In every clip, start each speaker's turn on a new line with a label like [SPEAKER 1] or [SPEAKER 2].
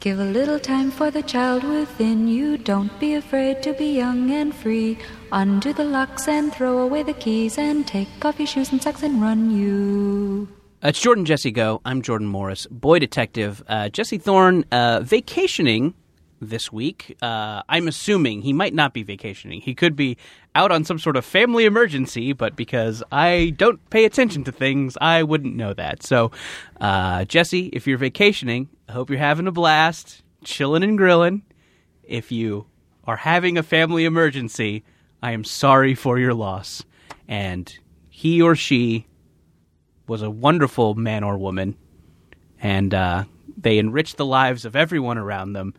[SPEAKER 1] Give a little time for the child within you. Don't be afraid to be young and free. Undo the locks and throw away the keys and take off your shoes and socks and run you.
[SPEAKER 2] It's Jordan Jesse Go. I'm Jordan Morris, boy detective. Uh, Jesse Thorne uh, vacationing this week. Uh, I'm assuming he might not be vacationing. He could be out on some sort of family emergency, but because I don't pay attention to things, I wouldn't know that. So, uh, Jesse, if you're vacationing, I hope you're having a blast, chilling and grilling. If you are having a family emergency, I am sorry for your loss. And he or she was a wonderful man or woman, and uh, they enriched the lives of everyone around them.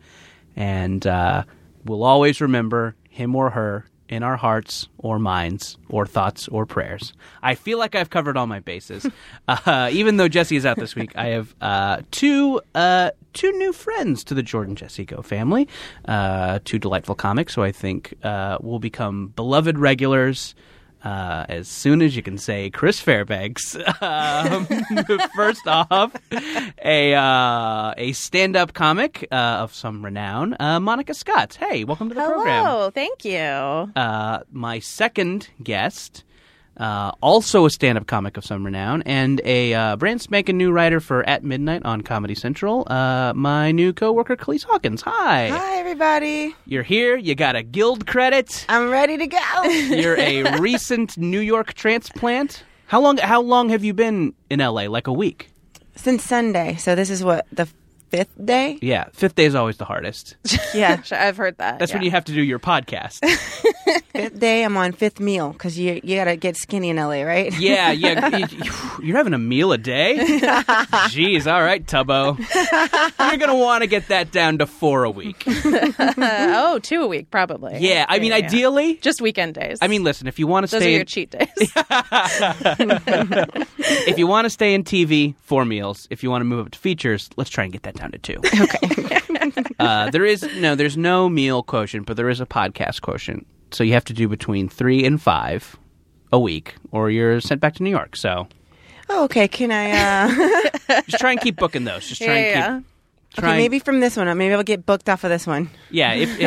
[SPEAKER 2] And uh, we'll always remember him or her in our hearts or minds or thoughts or prayers. I feel like I've covered all my bases. uh, even though Jesse is out this week, I have uh, two uh, two new friends to the Jordan Jesse Go family, uh, two delightful comics who I think uh, will become beloved regulars. Uh, as soon as you can say Chris Fairbanks. Um, first off, a uh, a stand up comic uh, of some renown, uh, Monica Scott. Hey, welcome to the program
[SPEAKER 3] Hello, thank you.
[SPEAKER 2] uh, my second guest, uh, also a stand up comic of some renown, and a uh, brand spanking new writer for At Midnight on Comedy Central, uh, my new co worker, Khalees Hawkins. Hi.
[SPEAKER 4] Hi, everybody.
[SPEAKER 2] You're here, you got a guild credit,
[SPEAKER 4] I'm ready to go.
[SPEAKER 2] you're a recent New York transplant. How long, how long have you been in LA? Like a week?
[SPEAKER 4] Since Sunday, so this is what the fifth day.
[SPEAKER 2] Yeah, fifth day is always the hardest.
[SPEAKER 4] Yeah,
[SPEAKER 3] Sure, I've heard that.
[SPEAKER 2] That's when you have to do your podcast.
[SPEAKER 4] fifth day. I'm on fifth meal because you you gotta get skinny in LA, right?
[SPEAKER 2] Yeah, yeah. you- You're having a meal a day? Jeez, all right, Tubbo. You're going to want to get that down to four a week.
[SPEAKER 3] Uh, oh, two a week probably.
[SPEAKER 2] Mm-hmm. Yeah, I mean,
[SPEAKER 3] yeah, yeah.
[SPEAKER 2] ideally,
[SPEAKER 3] Just weekend days.
[SPEAKER 2] I mean, listen, if you want to
[SPEAKER 3] those are
[SPEAKER 2] stay
[SPEAKER 3] your
[SPEAKER 2] in,
[SPEAKER 3] cheat days.
[SPEAKER 2] if you want to stay in TV, four meals. If you want to move up to features, let's try and get that down to two. Okay. uh, there is no there's no meal quotient, but there is a podcast quotient. So you have to do between 3 and 5 a week or you're sent back to New York. So
[SPEAKER 4] Oh, okay. Can I? Uh,
[SPEAKER 2] just try and keep booking those. Just try and keep
[SPEAKER 3] Yeah,
[SPEAKER 2] try
[SPEAKER 4] okay,
[SPEAKER 2] and-
[SPEAKER 4] maybe from this one. Maybe I'll get booked off of this one.
[SPEAKER 2] Yeah, if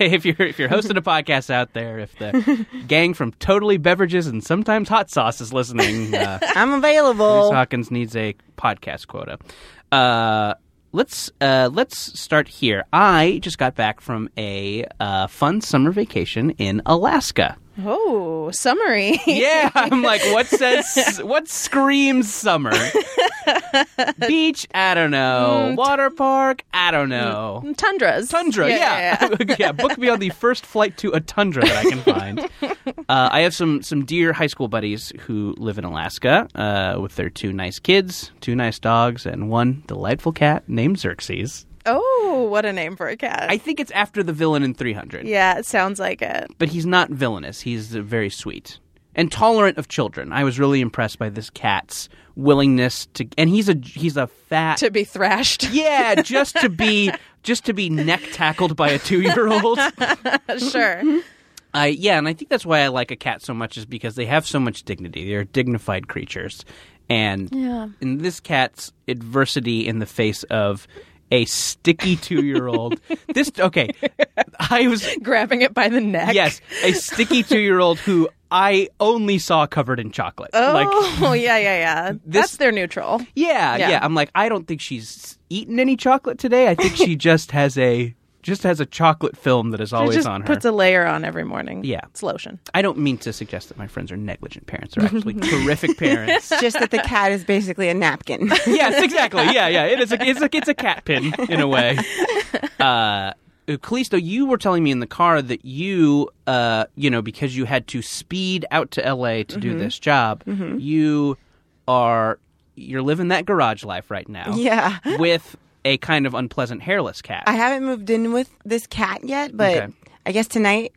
[SPEAKER 2] if you're if you're hosting a podcast out there, if the gang from Totally Beverages and sometimes Hot Sauce is listening, uh,
[SPEAKER 4] I'm
[SPEAKER 2] Bruce
[SPEAKER 4] available.
[SPEAKER 2] Hawkins needs a podcast quota. Uh, let's uh, let's start here. I just got back from a uh, fun summer vacation in Alaska.
[SPEAKER 3] Oh, summary.
[SPEAKER 2] Yeah, I'm like, what says what screams summer? Beach? I don't know. Water park? I don't know.
[SPEAKER 3] Tundras.
[SPEAKER 2] Tundra, yeah. Yeah, book me on the first flight to a tundra that I can find. uh, I have some some dear high school buddies who live in Alaska uh, with their two nice kids, two nice dogs, and one delightful cat named Xerxes.
[SPEAKER 3] Oh, what a name for a cat.
[SPEAKER 2] I think it's after the villain in 300,
[SPEAKER 3] yeah, it sounds like it.
[SPEAKER 2] but he's not villainous. He's uh, very sweet and tolerant of children. I was really impressed by this cat's willingness to, and he's a he's a fat
[SPEAKER 3] To be thrashed.
[SPEAKER 2] yeah, just to be just to be neck tackled by a two year old.
[SPEAKER 3] sure.
[SPEAKER 2] I yeah, and I think that's why I like a cat so much is because they have so much dignity. They're dignified creatures, and in this cat's adversity in the face of a sticky two-year-old, this okay, I was
[SPEAKER 3] Grabbing it by the neck.
[SPEAKER 2] yes, a sticky two-year-old who I only saw covered in chocolate.
[SPEAKER 3] Oh,
[SPEAKER 2] Like
[SPEAKER 3] yeah, yeah, yeah. That's their neutral.
[SPEAKER 2] yeah, yeah,
[SPEAKER 3] Yeah.
[SPEAKER 2] I'm like, I don't think she's eaten any chocolate today. I think she just has a just has a chocolate film that is
[SPEAKER 3] It
[SPEAKER 2] always
[SPEAKER 3] just
[SPEAKER 2] on her.
[SPEAKER 3] puts a layer on every morning.
[SPEAKER 2] Yeah.
[SPEAKER 3] It's lotion.
[SPEAKER 2] I don't mean to suggest that my friends are negligent parents. They're actually terrific parents.
[SPEAKER 4] It's Just that the cat is basically a napkin.
[SPEAKER 2] yes, exactly. Yeah, yeah. It is a it's a it's a cat pin in a way. Uh Calisto, you were telling me in the car that you, uh, you know, because you had to speed out to LA to
[SPEAKER 4] Mm-hmm.
[SPEAKER 2] do this job, you are you're living that garage life right now.
[SPEAKER 4] yeah.
[SPEAKER 2] With a kind of unpleasant hairless cat.
[SPEAKER 4] I haven't moved in with this cat yet, but
[SPEAKER 2] Okay.
[SPEAKER 4] I guess tonight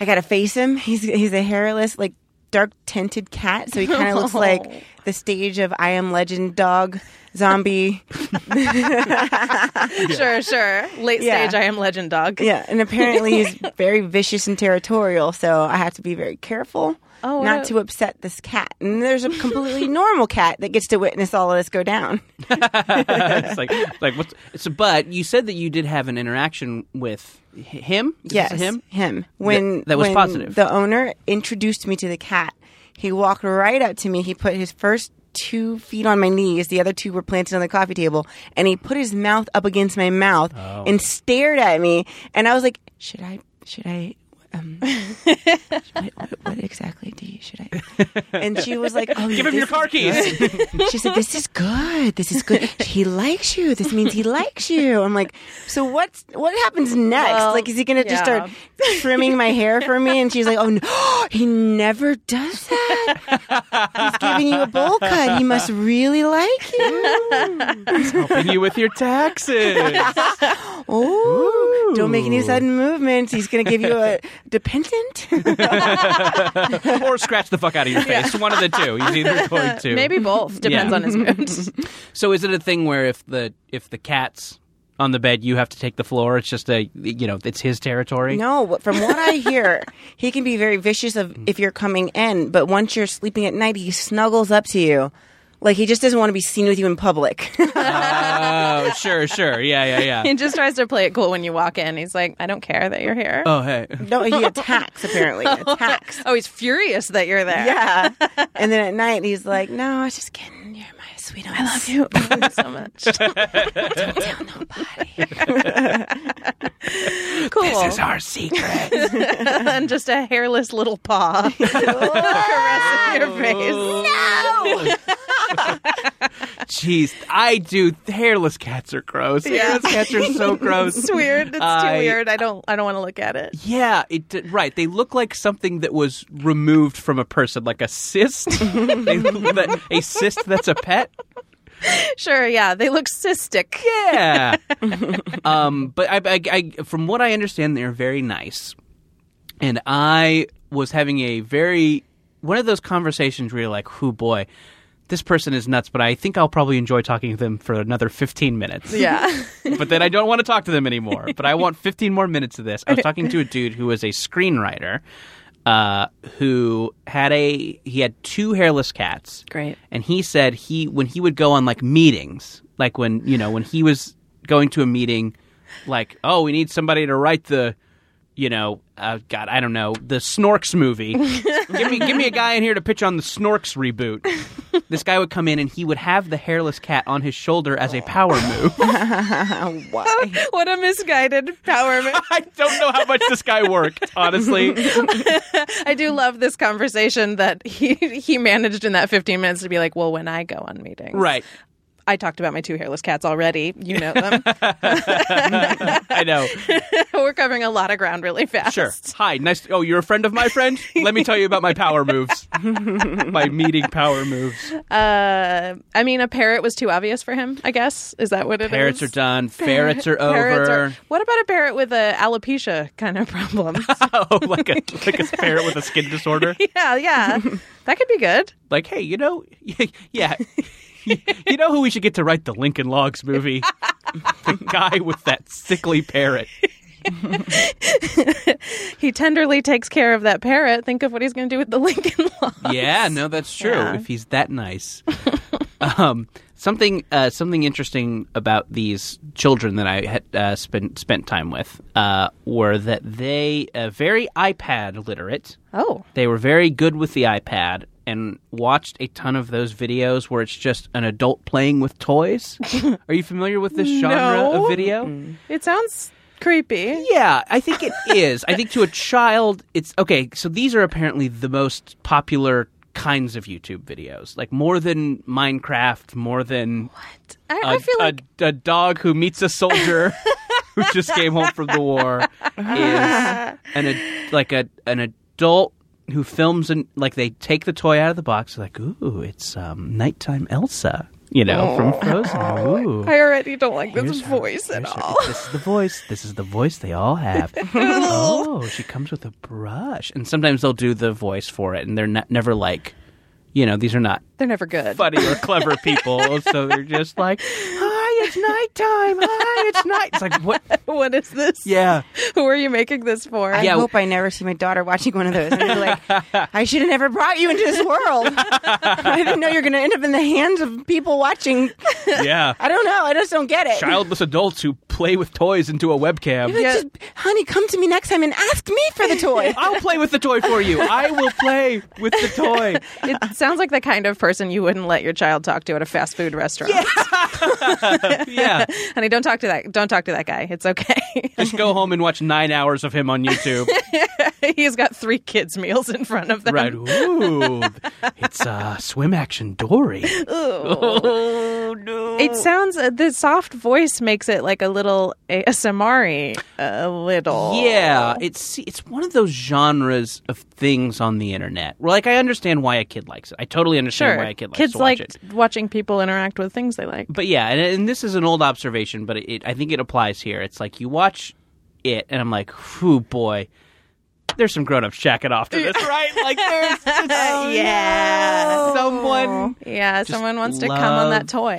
[SPEAKER 4] I gotta face him. He's he's a hairless, like dark tinted cat, so he kind of looks like the stage of I Am Legend dog zombie.
[SPEAKER 3] Sure, sure. Late
[SPEAKER 4] Yeah.
[SPEAKER 3] stage, I am legend dog.
[SPEAKER 4] yeah, and apparently he's very vicious and territorial, so I have to be very careful.
[SPEAKER 3] Oh,
[SPEAKER 4] not
[SPEAKER 3] what a-
[SPEAKER 4] to upset this cat. And there's a completely normal cat that gets to witness all of this go down.
[SPEAKER 2] it's like like what's so, but you said that you did have an interaction with h- him Is this
[SPEAKER 4] Yes,
[SPEAKER 2] him
[SPEAKER 4] Him. When
[SPEAKER 2] that was
[SPEAKER 4] when
[SPEAKER 2] positive.
[SPEAKER 4] The owner introduced me to the cat. He walked right up to me. He put his first two feet on my knees. The other two were planted on the coffee table, and he put his mouth up against my mouth
[SPEAKER 2] Oh.
[SPEAKER 4] and stared at me. And I was like, "Should I? Should I?" Um, what, what- what exactly do you should I? And she was like, "Oh,
[SPEAKER 2] give him your
[SPEAKER 4] this is
[SPEAKER 2] car keys
[SPEAKER 4] she said, "This is good. This is good. He likes you. This means he likes you." I'm like, "So what's what happens next?
[SPEAKER 3] Well,
[SPEAKER 4] like, is he gonna just
[SPEAKER 3] yeah.
[SPEAKER 4] start trimming my hair for me?" And she's like, "Oh no, he never does that. He's giving you a bowl cut. He must really like you.
[SPEAKER 2] helping you with your taxes
[SPEAKER 4] Oh, don't make any
[SPEAKER 2] Ooh.
[SPEAKER 4] sudden movements. He's gonna give you a dependent."
[SPEAKER 2] or scratch the fuck out of your face one of the two he's either going to
[SPEAKER 3] Maybe both. Depends
[SPEAKER 2] Yeah.
[SPEAKER 3] on his mood.
[SPEAKER 2] so is it a thing where if the if the cat's on the bed you have to take the floor it's just a you know it's his territory
[SPEAKER 4] No, but from what I hear, he can be very vicious of if you're coming in, but once you're sleeping at night, he snuggles up to you. Like he just doesn't want to be seen with you in public.
[SPEAKER 2] oh sure sure yeah yeah yeah
[SPEAKER 3] he just tries to play it cool when you walk in. He's like, I don't care that you're here.
[SPEAKER 2] oh hey
[SPEAKER 4] no, he attacks apparently. Attacks.
[SPEAKER 3] Oh, he's furious that you're there.
[SPEAKER 4] Yeah. And then at night he's like, "No, I was just kidding. You're my sweetheart. I love
[SPEAKER 3] You love him so much.
[SPEAKER 4] Don't tell nobody."
[SPEAKER 3] Cool.
[SPEAKER 2] this is our secret
[SPEAKER 3] and just a hairless little paw caressing your face.
[SPEAKER 4] no.
[SPEAKER 2] Jeez, I do. Hairless cats are gross. Hairless cats are so gross.
[SPEAKER 3] It's weird. It's
[SPEAKER 2] I-
[SPEAKER 3] too weird. I don't. I don't want to look at it.
[SPEAKER 2] Yeah, it right. They look like something that was removed from a person, like a cyst. they, that, a cyst that's a pet.
[SPEAKER 3] Sure. Yeah. They look cystic.
[SPEAKER 2] Yeah. um, but I, I, I, from what I understand, they're very nice. And I was having a very one of those conversations where you're like, "Who boy, this person is nuts," but I think I'll probably enjoy talking to them for another 15 minutes.
[SPEAKER 3] Yeah.
[SPEAKER 2] but then I don't want to talk to them anymore. But I want 15 more minutes of this. I was talking to a dude who was a screenwriter uh, who had a he had two hairless cats.
[SPEAKER 3] Great.
[SPEAKER 2] And he said he when he would go on like meetings, like when you know when he was going to a meeting, like oh we need somebody to write the. You know, uh, God, I don't know the Snorks movie. give me, give me a guy in here to pitch on the Snorks reboot. This guy would come in and he would have the hairless cat on his shoulder as a power move.
[SPEAKER 4] Why?
[SPEAKER 3] what a misguided power move.
[SPEAKER 2] I don't know how much this guy worked, honestly.
[SPEAKER 3] I do love this conversation that he he managed in that 15 minutes to be like, well, when I go on meetings,
[SPEAKER 2] right.
[SPEAKER 3] I talked about my two hairless cats already. You know them.
[SPEAKER 2] I know.
[SPEAKER 3] We're covering a lot of ground really fast.
[SPEAKER 2] Sure. Hi. Nice. oh, you're a friend of my friend? Let me tell you about my power moves. my meeting power moves.
[SPEAKER 3] Uh, I mean, a parrot was too obvious for him. I guess is that what it is?
[SPEAKER 2] Parrots are done. Ferrets are
[SPEAKER 3] Parrots are-
[SPEAKER 2] over.
[SPEAKER 3] what about a parrot with a alopecia kind of problem?
[SPEAKER 2] oh, like a like a parrot with a skin disorder.
[SPEAKER 3] yeah, yeah, that could be good.
[SPEAKER 2] Like, hey, you know, yeah. You know who we should get to write the Lincoln Logs movie? the guy with that sickly parrot.
[SPEAKER 3] He tenderly takes care of that parrot. Think of what he's going to do with the Lincoln log.
[SPEAKER 2] Yeah, no, that's true.
[SPEAKER 3] Yeah.
[SPEAKER 2] If he's that nice, um, something uh, something interesting about these children that I had uh, spent spent time with uh, were that they uh, very iPad literate.
[SPEAKER 3] Oh,
[SPEAKER 2] They were very good with the iPad and watched a ton of those videos where it's just an adult playing with toys. Are you familiar with this genre
[SPEAKER 3] No. Mm.
[SPEAKER 2] of video?
[SPEAKER 3] it sounds creepy.
[SPEAKER 2] Yeah, I think it is. I think to a child, it's okay. So these are apparently the most popular kinds of YouTube videos, like more than Minecraft, more than
[SPEAKER 3] I,
[SPEAKER 2] a,
[SPEAKER 3] I feel
[SPEAKER 2] a-
[SPEAKER 3] like
[SPEAKER 2] a dog who meets a soldier who just came home from the war is an ad, like a an adult who films and like they take the toy out of the box, like ooh, it's um, nighttime Elsa, you know, from Frozen. Ooh.
[SPEAKER 3] I already don't like this
[SPEAKER 2] Here's her-
[SPEAKER 3] voice at
[SPEAKER 2] here's her-
[SPEAKER 3] all.
[SPEAKER 2] This is the voice. This is the voice they all have. oh, she comes with a brush, and sometimes they'll do the voice for it, and they're not, never like, you know, these are not
[SPEAKER 3] They're never good.
[SPEAKER 2] funny or clever people, so they're just like, hi,
[SPEAKER 4] it's nighttime. Hi, it's night.
[SPEAKER 2] It's like what?
[SPEAKER 3] What is this?
[SPEAKER 2] Yeah.
[SPEAKER 3] Who are you making this for?
[SPEAKER 4] I
[SPEAKER 2] Yeah.
[SPEAKER 4] hope I never see my daughter watching one of those. And be like, I should have never brought you into this world. I didn't know you're going to end up in the hands of people watching.
[SPEAKER 2] Yeah.
[SPEAKER 4] I don't know. I just don't get it.
[SPEAKER 2] Childless adults who play with toys into a webcam.
[SPEAKER 4] But
[SPEAKER 3] Yeah.
[SPEAKER 4] just, honey, come to me next time and ask me for the toy.
[SPEAKER 2] I'll play with the toy for you. I will play with the toy.
[SPEAKER 3] It sounds like the kind of person you wouldn't let your child talk to at a fast food restaurant.
[SPEAKER 2] Yeah.
[SPEAKER 3] Honey, don't talk to that. Don't talk to that guy. It's okay.
[SPEAKER 2] Just go home and watch nine hours of him on YouTube.
[SPEAKER 3] He's got three kids' meals in front of them.
[SPEAKER 2] Right. Ooh. It's uh, swim action Dory. Oh, no.
[SPEAKER 3] It sounds uh, the soft voice makes it like a little ASMR -y, a little.
[SPEAKER 2] Yeah, it's it's one of those genres of things on the internet. Well, like I understand why a kid likes it. I totally understand
[SPEAKER 3] sure.
[SPEAKER 2] why a kid likes
[SPEAKER 3] Kids
[SPEAKER 2] to
[SPEAKER 3] like
[SPEAKER 2] watch it.
[SPEAKER 3] watching people interact with things they like.
[SPEAKER 2] But yeah, and, and this is an old observation, but it, I think it applies here. It's like you watch it, and I'm like, "Whoo, boy." There's some grown-ups shacking off to this, right? Like, there's it's-
[SPEAKER 3] Oh.
[SPEAKER 4] yeah.
[SPEAKER 2] someone.
[SPEAKER 3] Yeah, someone wants to come
[SPEAKER 2] love-
[SPEAKER 3] on that toy.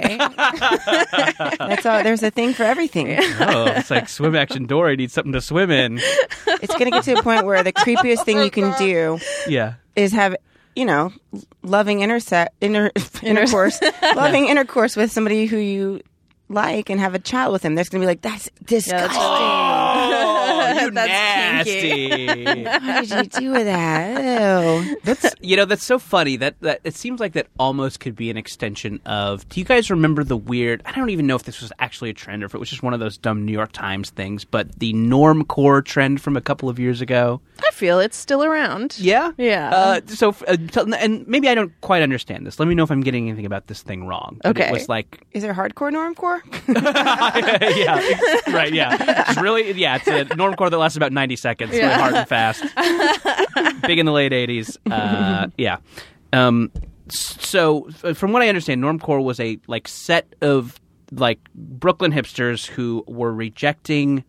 [SPEAKER 4] That's all. There's a thing for everything.
[SPEAKER 2] Oh, it's like swim action Dory needs something to swim in.
[SPEAKER 4] It's going to get to a point where the creepiest thing you can do
[SPEAKER 2] Yeah,
[SPEAKER 4] is have, you know, loving interse- inter- intercourse, loving intercourse with somebody who you like and have a child with them. There's going to be like, that's disgusting.
[SPEAKER 2] Oh, you
[SPEAKER 3] That's
[SPEAKER 2] nasty.
[SPEAKER 4] Why did you do that? Ew.
[SPEAKER 2] That's you know that's so funny that that it seems like that almost could be an extension of. Do you guys remember the weird? I don't even know if this was actually a trend or if it was just one of those dumb New York Times things, but the normcore trend from a couple of years ago.
[SPEAKER 3] I feel it's still around.
[SPEAKER 2] Yeah,
[SPEAKER 3] Yeah.
[SPEAKER 2] Uh, so f- uh, tell- and maybe I don't quite understand this. Let me know if I'm getting anything about this thing wrong. But it
[SPEAKER 3] Okay.
[SPEAKER 2] was like
[SPEAKER 4] Is there hardcore normcore?
[SPEAKER 2] yeah, ex- right. Yeah, it's really yeah. It's a normcore that lasts about ninety seconds, really
[SPEAKER 3] Yeah.
[SPEAKER 2] hard and fast. Big in the late eighties. Uh, yeah. Um, s- so, f- from what I understand, normcore was a like set of like Brooklyn hipsters who were rejecting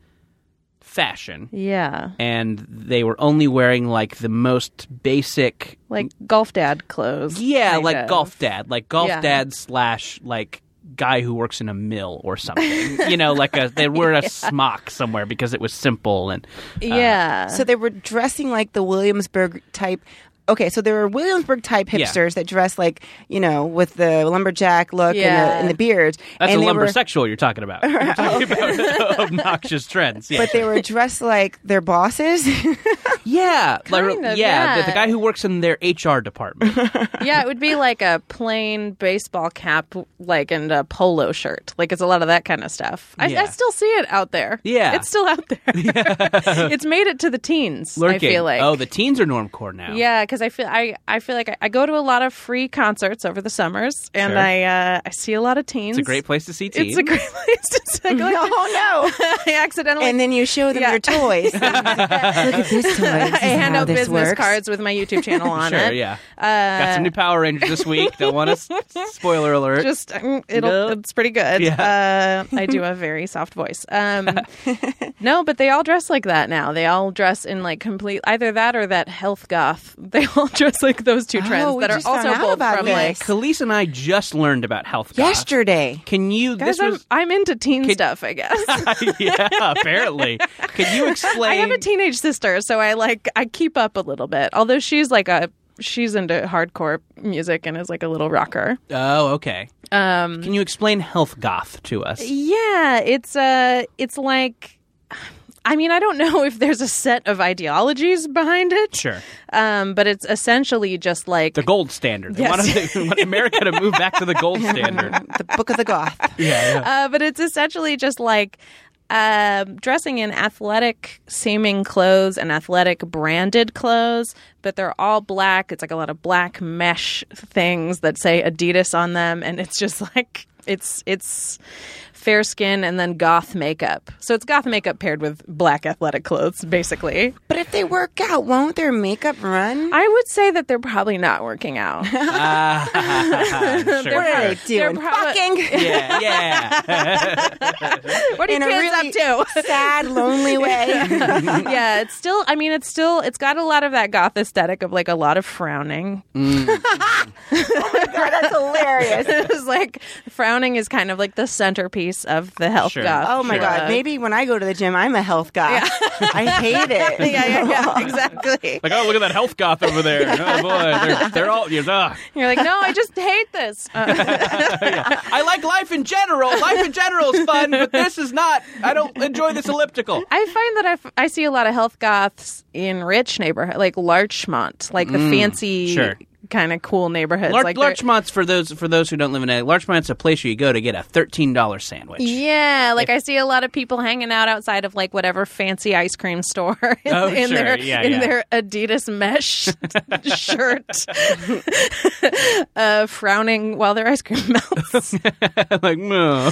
[SPEAKER 2] fashion,
[SPEAKER 3] Yeah.
[SPEAKER 2] and they were only wearing like the most basic
[SPEAKER 3] Like golf dad clothes.
[SPEAKER 2] yeah,
[SPEAKER 3] kind
[SPEAKER 2] like
[SPEAKER 3] of.
[SPEAKER 2] golf dad, like golf
[SPEAKER 3] Yeah.
[SPEAKER 2] dad slash like guy who works in a mill or something. you know, like a they were in a smock somewhere because it was simple and
[SPEAKER 3] Yeah.
[SPEAKER 4] So they were dressing like the Williamsburg type. Okay, so there were Williamsburg type
[SPEAKER 2] Yeah.
[SPEAKER 4] hipsters that dress like you know with the lumberjack look and, the,
[SPEAKER 3] Yeah.
[SPEAKER 4] and the beard.
[SPEAKER 2] that's
[SPEAKER 4] and
[SPEAKER 2] a
[SPEAKER 4] they were-
[SPEAKER 2] lumbersexual you're talking about. You're talking about obnoxious trends. Yeah,
[SPEAKER 4] But they were dressed like their bosses.
[SPEAKER 2] yeah, like,
[SPEAKER 3] Kind
[SPEAKER 2] yeah,
[SPEAKER 3] of,
[SPEAKER 2] The,
[SPEAKER 3] yeah.
[SPEAKER 2] the guy who works in their HR department.
[SPEAKER 3] yeah, it would be like a plain baseball cap, like and a polo shirt. Like it's a lot of that kind of stuff. I,
[SPEAKER 2] Yeah.
[SPEAKER 3] I still see it out there.
[SPEAKER 2] Yeah.
[SPEAKER 3] it's still out there. it's made it to the teens.
[SPEAKER 2] Lurking.
[SPEAKER 3] I feel like.
[SPEAKER 2] Oh, the teens are normcore now.
[SPEAKER 3] yeah, because I feel I, I feel like I, I go to a lot of free concerts over the summers, and
[SPEAKER 2] Sure.
[SPEAKER 3] I uh, I see a lot of teens.
[SPEAKER 2] it's a great place to see teens.
[SPEAKER 3] It's a great place to I go-
[SPEAKER 4] oh no!
[SPEAKER 3] I accidentally
[SPEAKER 4] And then you show them
[SPEAKER 3] Yeah.
[SPEAKER 4] your toys. look at this toy. This is
[SPEAKER 3] I hand
[SPEAKER 4] how
[SPEAKER 3] out
[SPEAKER 4] this
[SPEAKER 3] business
[SPEAKER 4] works.
[SPEAKER 3] cards with my YouTube channel on
[SPEAKER 2] sure.
[SPEAKER 3] it.
[SPEAKER 2] Yeah,
[SPEAKER 3] Uh,
[SPEAKER 2] got some new Power Rangers this week. Don't want to spoiler alert.
[SPEAKER 3] just mm, it'll
[SPEAKER 2] Nope.
[SPEAKER 3] it's pretty good. Uh, I do have very soft voice. Um, no, but they all dress like that now. They all dress in like complete either that or that health goth. They all dress like those two trends
[SPEAKER 4] Oh, we
[SPEAKER 3] that are
[SPEAKER 4] just found
[SPEAKER 3] also
[SPEAKER 4] out
[SPEAKER 3] both
[SPEAKER 4] about
[SPEAKER 3] from
[SPEAKER 4] this.
[SPEAKER 3] like
[SPEAKER 2] Khalees and I just learned about health. goth.
[SPEAKER 4] Yesterday,
[SPEAKER 2] Can you?
[SPEAKER 3] guys.
[SPEAKER 2] this
[SPEAKER 3] I'm,
[SPEAKER 2] was
[SPEAKER 3] I'm into teen stuff, I guess.
[SPEAKER 2] yeah, apparently. Can you explain?
[SPEAKER 3] I have a teenage sister, so I like I keep up a little bit. Although she's like a she's into hardcore music and is like a little rocker.
[SPEAKER 2] oh, okay.
[SPEAKER 3] Um,
[SPEAKER 2] Can you explain health goth to us?
[SPEAKER 3] Yeah, it's uh it's like I mean, I don't know if there's a set of ideologies behind it.
[SPEAKER 2] Sure.
[SPEAKER 3] Um, but it's essentially just like
[SPEAKER 2] The gold standard. They
[SPEAKER 3] Yes.
[SPEAKER 2] want, us- they want America to move back to the gold standard.
[SPEAKER 4] the Book of the Goth.
[SPEAKER 2] Yeah.
[SPEAKER 3] uh, but it's essentially just like um dressing in athletic seeming clothes and athletic branded clothes, but they're all black. It's like a lot of black mesh things that say Adidas on them, and it's just like it's it's fair skin and then goth makeup. So it's goth makeup paired with black athletic clothes, basically.
[SPEAKER 4] But if they work out, won't their makeup run?
[SPEAKER 3] I would say that they're probably not working out.
[SPEAKER 2] Ah,
[SPEAKER 4] What
[SPEAKER 2] sure,
[SPEAKER 4] are they
[SPEAKER 2] sure.
[SPEAKER 4] doing?
[SPEAKER 3] They're prob-
[SPEAKER 4] Fucking
[SPEAKER 2] Yeah, yeah.
[SPEAKER 3] what are you
[SPEAKER 4] in a
[SPEAKER 3] kids
[SPEAKER 4] really
[SPEAKER 3] up to?
[SPEAKER 4] sad, lonely way.
[SPEAKER 3] yeah, it's still. I mean, it's still. It's got a lot of that goth aesthetic of like a lot of frowning.
[SPEAKER 4] God, that's hilarious.
[SPEAKER 3] it was like frowning is kind of like the centerpiece piece of the health
[SPEAKER 2] Sure.
[SPEAKER 3] goth.
[SPEAKER 4] Oh my
[SPEAKER 2] Sure.
[SPEAKER 4] god! Maybe when I go to the gym, I'm a health guy. I hate it.
[SPEAKER 3] yeah, yeah, yeah, exactly.
[SPEAKER 2] Like, oh, look at that health goth over there. Oh, boy. They're, they're all. You're, ah.
[SPEAKER 3] You're like, no, I just hate this. Uh,
[SPEAKER 2] I like life in general. Life in general is fun, but this is not. I don't enjoy this elliptical.
[SPEAKER 3] I find that I, f- I see a lot of health goths in rich neighborhood, like Larchmont, like the fancy
[SPEAKER 2] Mm, sure.
[SPEAKER 3] kind of cool neighborhoods.
[SPEAKER 2] Lar-
[SPEAKER 3] like they're-
[SPEAKER 2] Larchmont's for those for those who don't live in LA. Larchmont's a place you go to get a thirteen dollar sandwich.
[SPEAKER 3] Yeah, like I see a lot of people hanging out outside of like whatever fancy ice cream store in,
[SPEAKER 2] Oh,
[SPEAKER 3] in
[SPEAKER 2] sure.
[SPEAKER 3] their
[SPEAKER 2] Yeah,
[SPEAKER 3] in
[SPEAKER 2] yeah.
[SPEAKER 3] their Adidas mesh shirt, uh, frowning while their ice cream melts.
[SPEAKER 2] like, no.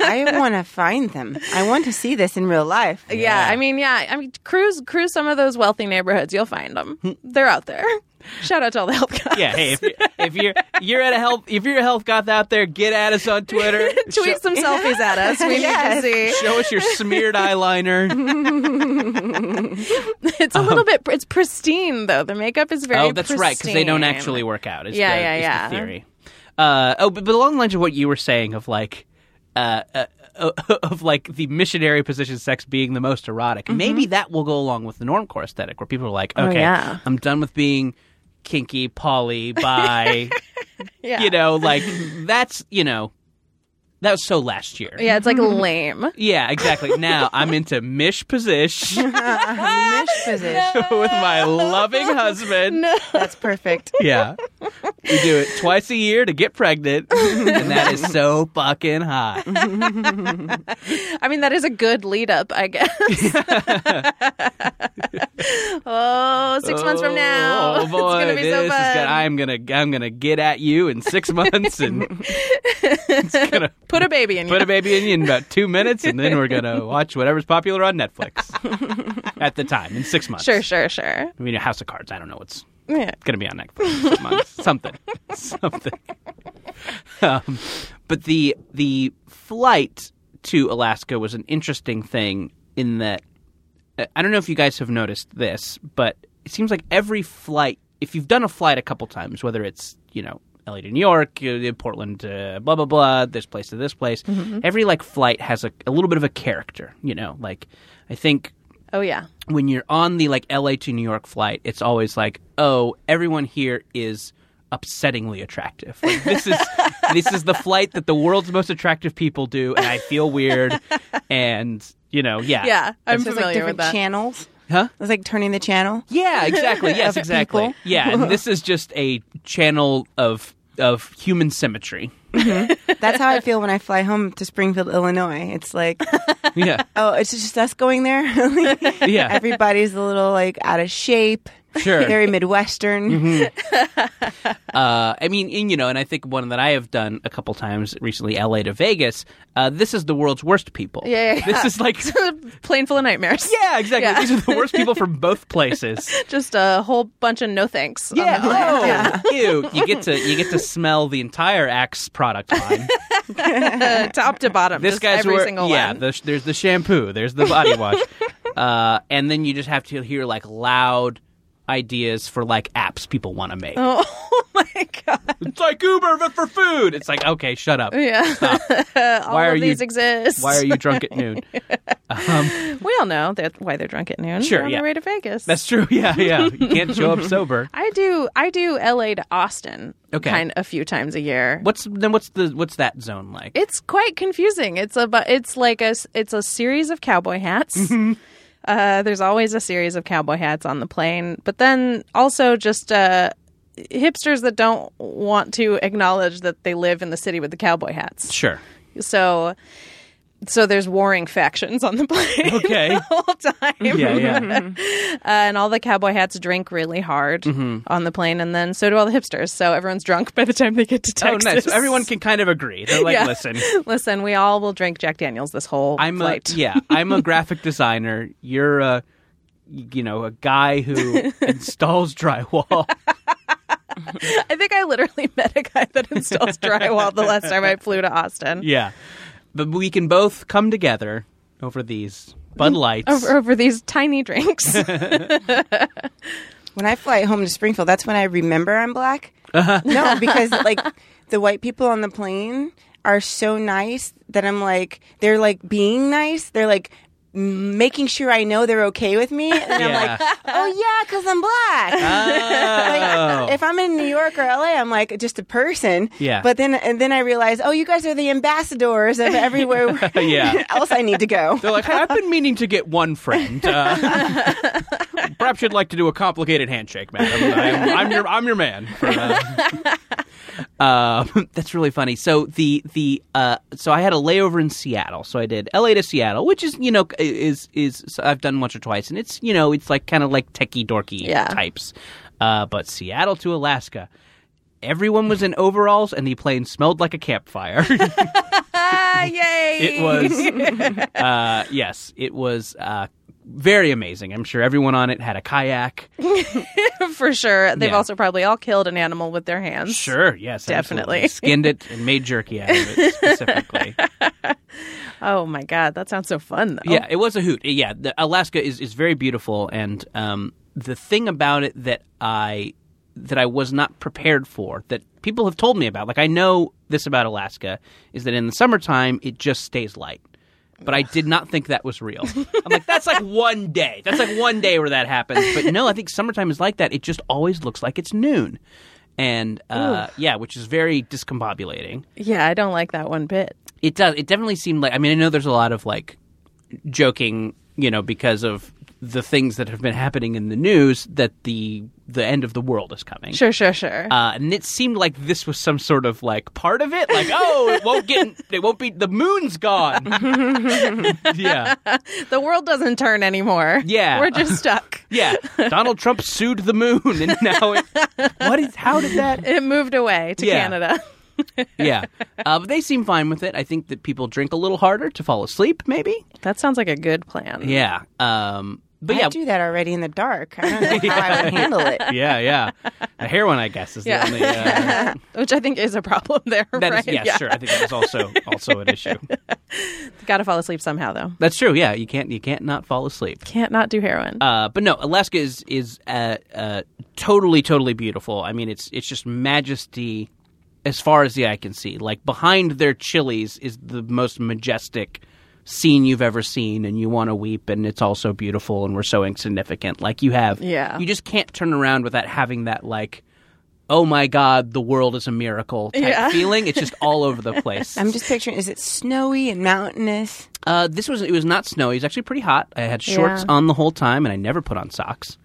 [SPEAKER 4] I want to find them. I want to see this in real life.
[SPEAKER 3] yeah, I mean, yeah, I mean, cruise cruise some of those wealthy neighborhoods, you'll find them. They're out there. Shout out to all the health guys.
[SPEAKER 2] Hmm. yeah. Hey, if, if you're you're at a health if you're a health goth out there, get at us on Twitter.
[SPEAKER 3] Tweet some selfies at us. We
[SPEAKER 4] Yes.
[SPEAKER 3] need to see.
[SPEAKER 2] Show us your smeared eyeliner.
[SPEAKER 3] It's a little bit. It's pristine though. The makeup is very.
[SPEAKER 2] Um, oh, that's right, because they don't
[SPEAKER 3] pristine.
[SPEAKER 2] actually work out. Is
[SPEAKER 3] Yeah,
[SPEAKER 2] the,
[SPEAKER 3] yeah,
[SPEAKER 2] is
[SPEAKER 3] yeah.
[SPEAKER 2] The theory. Uh, oh, but, but along the lines of what you were saying of like, uh, uh, uh, of like the missionary position sex being the most erotic.
[SPEAKER 3] Mm-hmm.
[SPEAKER 2] Maybe that will go along with the normcore aesthetic, where people are like, okay,
[SPEAKER 3] Oh, yeah.
[SPEAKER 2] I'm done with being kinky, poly, bi.
[SPEAKER 3] Yeah.
[SPEAKER 2] You know, like that's you know, that was so last year.
[SPEAKER 3] Yeah, it's like lame.
[SPEAKER 2] Yeah, exactly. Now I'm into mish posish with
[SPEAKER 4] Mish position.
[SPEAKER 2] my loving husband.
[SPEAKER 4] That's perfect.
[SPEAKER 2] Yeah. We do it twice a year to get pregnant, and that is so fucking hot.
[SPEAKER 3] I mean, that is a good lead up, I guess. oh, six months from now.
[SPEAKER 2] Oh boy,
[SPEAKER 3] it's going to be
[SPEAKER 2] this
[SPEAKER 3] so
[SPEAKER 2] is
[SPEAKER 3] fun.
[SPEAKER 2] gonna, I'm gonna I'm gonna get at you in six months, and it's gonna
[SPEAKER 3] Put a baby in
[SPEAKER 2] put
[SPEAKER 3] you.
[SPEAKER 2] a baby in you in about two minutes, and then we're gonna watch whatever's popular on Netflix at the time in six months.
[SPEAKER 3] Sure, sure, sure.
[SPEAKER 2] I mean, House of Cards. I don't know what's
[SPEAKER 3] Yeah.
[SPEAKER 2] going to be on Netflix. in a month. Something, something. Um, but the the flight to Alaska was an interesting thing in that uh, I don't know if you guys have noticed this, but it seems like every flight, if you've done a flight a couple times, whether it's you know L.A. to New York, uh, Portland, to blah blah blah, this place to this place, every like flight has a, a little bit of a character. You know, like I think
[SPEAKER 3] Oh, yeah.
[SPEAKER 2] when you're on the like LA to New York flight, it's always like, oh, everyone here is upsettingly attractive. Like, this is this is the flight that the world's most attractive people do, and I feel weird. And you know, yeah,
[SPEAKER 3] Yeah, I'm
[SPEAKER 4] So it's like
[SPEAKER 3] familiar with
[SPEAKER 4] different
[SPEAKER 3] that.
[SPEAKER 4] channels.
[SPEAKER 2] Huh?
[SPEAKER 4] It's like turning the channel.
[SPEAKER 2] yeah, exactly, yes,
[SPEAKER 4] Of
[SPEAKER 2] exactly,
[SPEAKER 4] people.
[SPEAKER 2] yeah. And this is just a channel of of human symmetry.
[SPEAKER 4] That's how I feel when I fly home to Springfield, Illinois. It's like,
[SPEAKER 2] Yeah,
[SPEAKER 4] oh, it's just us going there.
[SPEAKER 2] yeah,
[SPEAKER 4] Everybody's a little like out of shape.
[SPEAKER 2] sure.
[SPEAKER 4] Very Midwestern.
[SPEAKER 2] Uh, I mean, and, you know, and I think one that I have done a couple times recently, L.A. to Vegas. Uh, this is the world's worst people.
[SPEAKER 3] Yeah, yeah,
[SPEAKER 2] this
[SPEAKER 3] yeah.
[SPEAKER 2] is like
[SPEAKER 3] Plane full of nightmares.
[SPEAKER 2] Yeah, exactly.
[SPEAKER 3] Yeah.
[SPEAKER 2] These are the worst people from both places.
[SPEAKER 3] Just a whole bunch of no thanks. on the plane.
[SPEAKER 2] Yeah. Oh, ew. You get to you get to smell the entire Axe product line.
[SPEAKER 3] Top to bottom.
[SPEAKER 2] This
[SPEAKER 3] just
[SPEAKER 2] guy's
[SPEAKER 3] every
[SPEAKER 2] wor-
[SPEAKER 3] single
[SPEAKER 2] yeah.
[SPEAKER 3] one.
[SPEAKER 2] The, there's the shampoo. There's the body wash. uh, and then you just have to hear like loud ideas for like apps people want to make.
[SPEAKER 3] oh, my God.
[SPEAKER 2] It's like Uber but for food. It's like okay, shut up.
[SPEAKER 3] Yeah. all
[SPEAKER 2] Why
[SPEAKER 3] of
[SPEAKER 2] are you-
[SPEAKER 3] these exist.
[SPEAKER 2] Why are you drunk at noon?
[SPEAKER 3] we all know that why they're drunk at noon.
[SPEAKER 2] Sure,
[SPEAKER 3] They're on
[SPEAKER 2] yeah.
[SPEAKER 3] the way to Vegas.
[SPEAKER 2] That's true. Yeah, yeah. You can't show up sober.
[SPEAKER 3] I do. I do L.A. to Austin.
[SPEAKER 2] Okay.
[SPEAKER 3] kind a few times a year.
[SPEAKER 2] What's then? What's the what's that zone like?
[SPEAKER 3] It's quite confusing. It's a. bu- It's like a. s- It's a series of cowboy hats.
[SPEAKER 2] Mm-hmm.
[SPEAKER 3] Uh, there's always a series of cowboy hats on the plane, but then also just uh, hipsters that don't want to acknowledge that they live in the city with the cowboy hats.
[SPEAKER 2] sure.
[SPEAKER 3] So. So there's warring factions on the plane
[SPEAKER 2] Okay.
[SPEAKER 3] the whole time.
[SPEAKER 2] Yeah, yeah.
[SPEAKER 3] Uh, and all the cowboy hats drink really hard
[SPEAKER 2] Mm-hmm.
[SPEAKER 3] on the plane, and then so do all the hipsters. So everyone's drunk by the time they get to
[SPEAKER 2] oh,
[SPEAKER 3] Texas.
[SPEAKER 2] nice. So everyone can kind of agree. They're like,
[SPEAKER 3] Yeah.
[SPEAKER 2] listen,
[SPEAKER 3] Listen, we all will drink Jack Daniels this whole
[SPEAKER 2] I'm a,
[SPEAKER 3] flight.
[SPEAKER 2] yeah, I'm a graphic designer. You're a you know, a guy who installs drywall.
[SPEAKER 3] I think I literally met a guy that installs drywall the last time I flew to Austin
[SPEAKER 2] Yeah. But we can both come together over these Bud Lights.
[SPEAKER 3] over, over these tiny drinks.
[SPEAKER 4] When I fly home to Springfield, that's when I remember I'm black. No, because like the white people on the plane, are so nice that I'm like, they're like being nice. They're like making sure I know they're okay with me. And I'm
[SPEAKER 2] Yeah.
[SPEAKER 4] like, oh, yeah, because I'm black.
[SPEAKER 2] Oh.
[SPEAKER 4] Like, if I'm in New York or LA, I'm like just a person.
[SPEAKER 2] Yeah.
[SPEAKER 4] But then, and then I realize, oh, you guys are the ambassadors of everywhere
[SPEAKER 2] Yeah.
[SPEAKER 4] else I need to go.
[SPEAKER 2] They're like, "Hey, I've been meaning to get one friend. Uh, perhaps you'd like to do a complicated handshake, madam. I'm, I'm your, I'm your man. for, uh, uh, that's really funny. So the the uh, so I had a layover in Seattle. So I did L.A. to Seattle, which is you know is is so I've done once or twice, and it's you know it's like kind of like techie dorky
[SPEAKER 3] Yeah.
[SPEAKER 2] types. Uh, but Seattle to Alaska. Everyone was in overalls, and the plane smelled like a campfire.
[SPEAKER 3] Ah, yay!
[SPEAKER 2] It was, uh, yes, it was uh, very amazing. I'm sure everyone on it had a kayak.
[SPEAKER 3] for sure. They've
[SPEAKER 2] Yeah.
[SPEAKER 3] also probably all killed an animal with their hands.
[SPEAKER 2] Sure, yes,
[SPEAKER 3] Definitely.
[SPEAKER 2] absolutely. skinned it and made jerky out of it specifically.
[SPEAKER 3] Oh my god, that sounds so fun though.
[SPEAKER 2] Yeah, it was a hoot. Yeah, the, Alaska is is very beautiful, and um, the thing about it that I that I was not prepared for that people have told me about. Like I know this about Alaska is that in the summertime it just stays light. But I did not think that was real. I'm like, that's like one day. That's like one day where that happens. But no, I think summertime is like that. It just always looks like it's noon. And uh, yeah, which is very discombobulating.
[SPEAKER 3] Yeah, I don't like that one bit.
[SPEAKER 2] It does. It definitely seemed like. I mean, I know there's a lot of like joking, you know, because of the things that have been happening in the news that the the end of the world is coming.
[SPEAKER 3] Sure, sure, sure.
[SPEAKER 2] Uh, and it seemed like this was some sort of like part of it. Like, oh, it won't get. It won't be. The moon's gone. yeah.
[SPEAKER 3] the world doesn't turn anymore.
[SPEAKER 2] Yeah.
[SPEAKER 3] We're just stuck.
[SPEAKER 2] Yeah. Donald Trump sued the moon, and now it. What is? How did that?
[SPEAKER 3] It moved away to
[SPEAKER 2] Yeah.
[SPEAKER 3] Canada.
[SPEAKER 2] Yeah. Uh, but they seem fine with it. I think that people drink a little harder to fall asleep, maybe.
[SPEAKER 3] That sounds like a good plan.
[SPEAKER 2] Yeah. Um. But
[SPEAKER 4] I
[SPEAKER 2] yeah,
[SPEAKER 4] do that already in the dark. I don't know how I would handle it.
[SPEAKER 2] yeah, yeah. A heroin, I guess, is
[SPEAKER 3] Yeah.
[SPEAKER 2] the only. Uh,
[SPEAKER 3] Which I think is a problem there,
[SPEAKER 2] that
[SPEAKER 3] right?
[SPEAKER 2] is- yeah, sure. I think that is also also an issue.
[SPEAKER 3] Gotta fall asleep somehow though.
[SPEAKER 2] That's true. Yeah, you can't you can't not fall asleep.
[SPEAKER 3] Can't not do heroin.
[SPEAKER 2] Uh, but no, Alaska is is uh, uh, totally totally beautiful. I mean, it's it's just majesty as far as the eye can see. Like behind their chilies is the most majestic scene you've ever seen, and you want to weep. And it's also beautiful, and we're so insignificant. Like you have,
[SPEAKER 3] Yeah.
[SPEAKER 2] You just can't turn around without having that like. Oh my God! The world is a miracle type feeling. It's just all over the place.
[SPEAKER 4] I'm just picturing, is it snowy and mountainous?
[SPEAKER 2] Uh, this was it was not snow. It was actually pretty hot. I had shorts
[SPEAKER 3] Yeah.
[SPEAKER 2] on the whole time, and I never put on socks.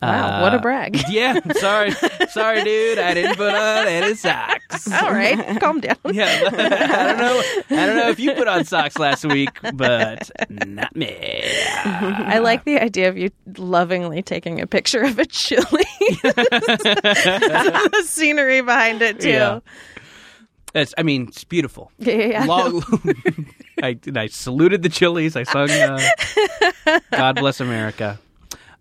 [SPEAKER 3] wow,
[SPEAKER 2] Uh,
[SPEAKER 3] what a brag.
[SPEAKER 2] Yeah, sorry, sorry, dude. I didn't put on any socks.
[SPEAKER 3] All right, calm down.
[SPEAKER 2] Yeah, I don't know. I don't know if you put on socks last week, but not me.
[SPEAKER 3] I like the idea of you lovingly taking a picture of a chili. the scenery behind it too.
[SPEAKER 2] Yeah. It's, I mean, it's beautiful.
[SPEAKER 3] Yeah, yeah, yeah.
[SPEAKER 2] Long, I, and I saluted the Chili's. I sung uh, "God Bless America."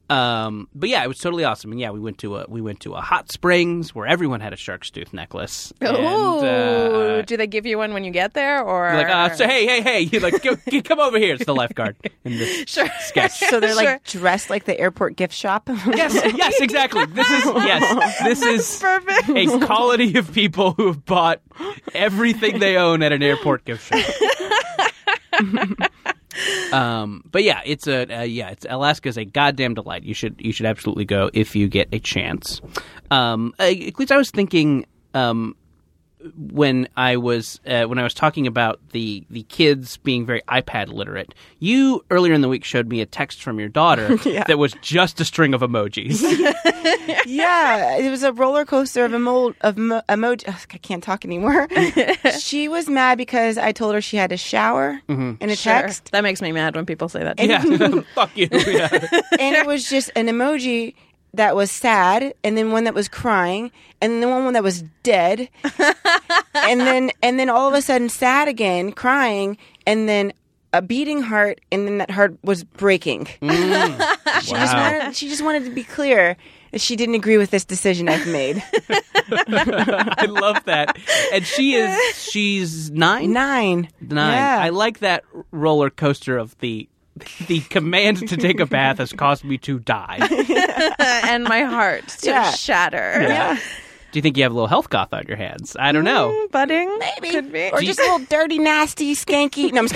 [SPEAKER 2] Um, but yeah, it was totally awesome. And yeah, we went to a we went to a hot springs where everyone had a shark's tooth necklace. And,
[SPEAKER 3] Ooh,
[SPEAKER 2] uh,
[SPEAKER 3] do they give you one when you get there, or
[SPEAKER 2] like, uh, so hey, hey, hey, you like, go, g- come over here. It's the lifeguard in this
[SPEAKER 3] Sure.
[SPEAKER 2] sketch.
[SPEAKER 4] So they're
[SPEAKER 3] Sure.
[SPEAKER 4] like dressed like the airport gift shop.
[SPEAKER 2] Yes, yes, exactly. This is yes, this is
[SPEAKER 3] perfect?
[SPEAKER 2] a colony of people who have bought everything they own at an airport gift shop. um, but yeah, it's a uh, yeah, it's Alaska's a goddamn delight. You should you should absolutely go if you get a chance. Um, uh, at least I was thinking um, when I was uh, when I was talking about the the kids being very iPad literate. You earlier in the week showed me a text from your daughter that was just a string of emojis.
[SPEAKER 4] yeah, it was a roller coaster of emo- of mo- emoji. ugh, I can't talk anymore. she was mad because I told her she had to shower
[SPEAKER 2] Mm-hmm.
[SPEAKER 4] in a text,
[SPEAKER 3] That makes me mad when people say that.
[SPEAKER 2] Yeah, fuck you. Yeah.
[SPEAKER 4] and it was just an emoji that was sad, and then one that was crying, and then one that was dead, and then and then all of a sudden sad again, crying, and then. A beating heart, and then that heart was breaking. she, just
[SPEAKER 2] Wow.
[SPEAKER 4] wanted, she just wanted to be clear that she didn't agree with this decision I've made.
[SPEAKER 2] I love that. And she is she's nine.
[SPEAKER 4] Nine.
[SPEAKER 2] Nine.
[SPEAKER 4] Yeah.
[SPEAKER 2] I like that roller coaster of the the command to take a bath has caused me to die.
[SPEAKER 3] and my heart to
[SPEAKER 4] Yeah.
[SPEAKER 3] shatter.
[SPEAKER 4] Yeah.
[SPEAKER 2] Do you think you have a little health goth on your hands? I don't know.
[SPEAKER 3] Mm, budding?
[SPEAKER 4] Maybe.
[SPEAKER 3] Could be.
[SPEAKER 4] Or just a little dirty, nasty, skanky. No, I'm just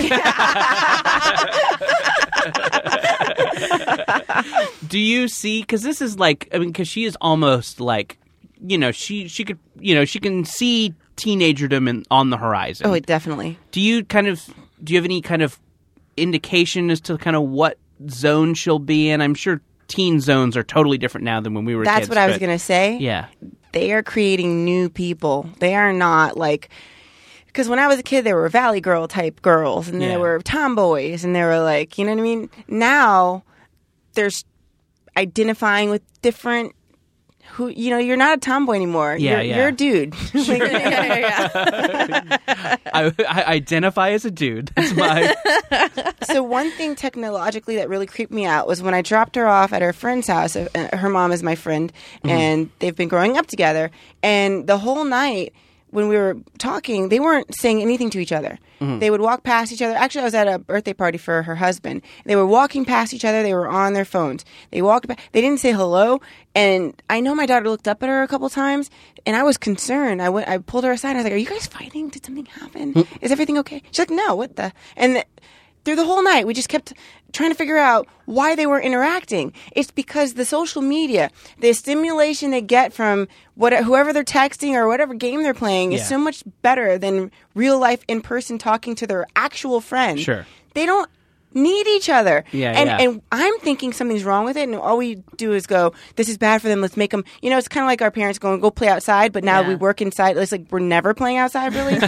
[SPEAKER 4] kidding.
[SPEAKER 2] Do you see? Because this is like, I mean, because she is almost like, you know, she she could, you know, she can see teenagerdom in, on the horizon.
[SPEAKER 4] oh, definitely.
[SPEAKER 2] do you kind of do you have any kind of indication as to kind of what zone she'll be in? I'm sure teen zones are totally different now than when we were.
[SPEAKER 4] That's
[SPEAKER 2] kids,
[SPEAKER 4] what I was
[SPEAKER 2] but-
[SPEAKER 4] going to say.
[SPEAKER 2] Yeah.
[SPEAKER 4] they are creating new people. They are not like because when I was a kid, there were Valley Girl type girls, and then
[SPEAKER 2] Yeah.
[SPEAKER 4] there were tomboys, and there were like you know what I mean. Now there's identifying with different. Who you know? You're not a tomboy anymore.
[SPEAKER 2] Yeah,
[SPEAKER 4] you're,
[SPEAKER 2] yeah.
[SPEAKER 4] you're a dude. Like,
[SPEAKER 3] yeah, yeah, yeah.
[SPEAKER 2] I, I identify as a dude. That's my.
[SPEAKER 4] so one thing technologically that really creeped me out was when I dropped her off at her friend's house. uh, uh, Her mom is my friend, and they've been growing up together. And the whole night when we were talking, they weren't saying anything to each other. They would walk past each other. Actually, I was at a birthday party for her husband. They were walking past each other. They were on their phones. They walked. By, they didn't say hello. And I know my daughter looked up at her a couple times, and I was concerned. I went. I pulled her aside. And I was like, "Are you guys fighting? Did something happen? Is everything okay?" She's like, "No. What the?" And. The, through the whole night we just kept trying to figure out why they were interacting it's because the social media the stimulation they get from what, whoever they're texting or whatever game they're playing
[SPEAKER 2] Yeah.
[SPEAKER 4] is so much better than real life in person talking to their actual friend
[SPEAKER 2] Sure.
[SPEAKER 4] they don't need each other
[SPEAKER 2] Yeah,
[SPEAKER 4] and
[SPEAKER 2] yeah.
[SPEAKER 4] and i'm thinking something's wrong with it and all we do is go this is bad for them let's make them you know it's kind of like our parents going go play outside but now
[SPEAKER 3] Yeah.
[SPEAKER 4] we work inside it's like we're never playing outside really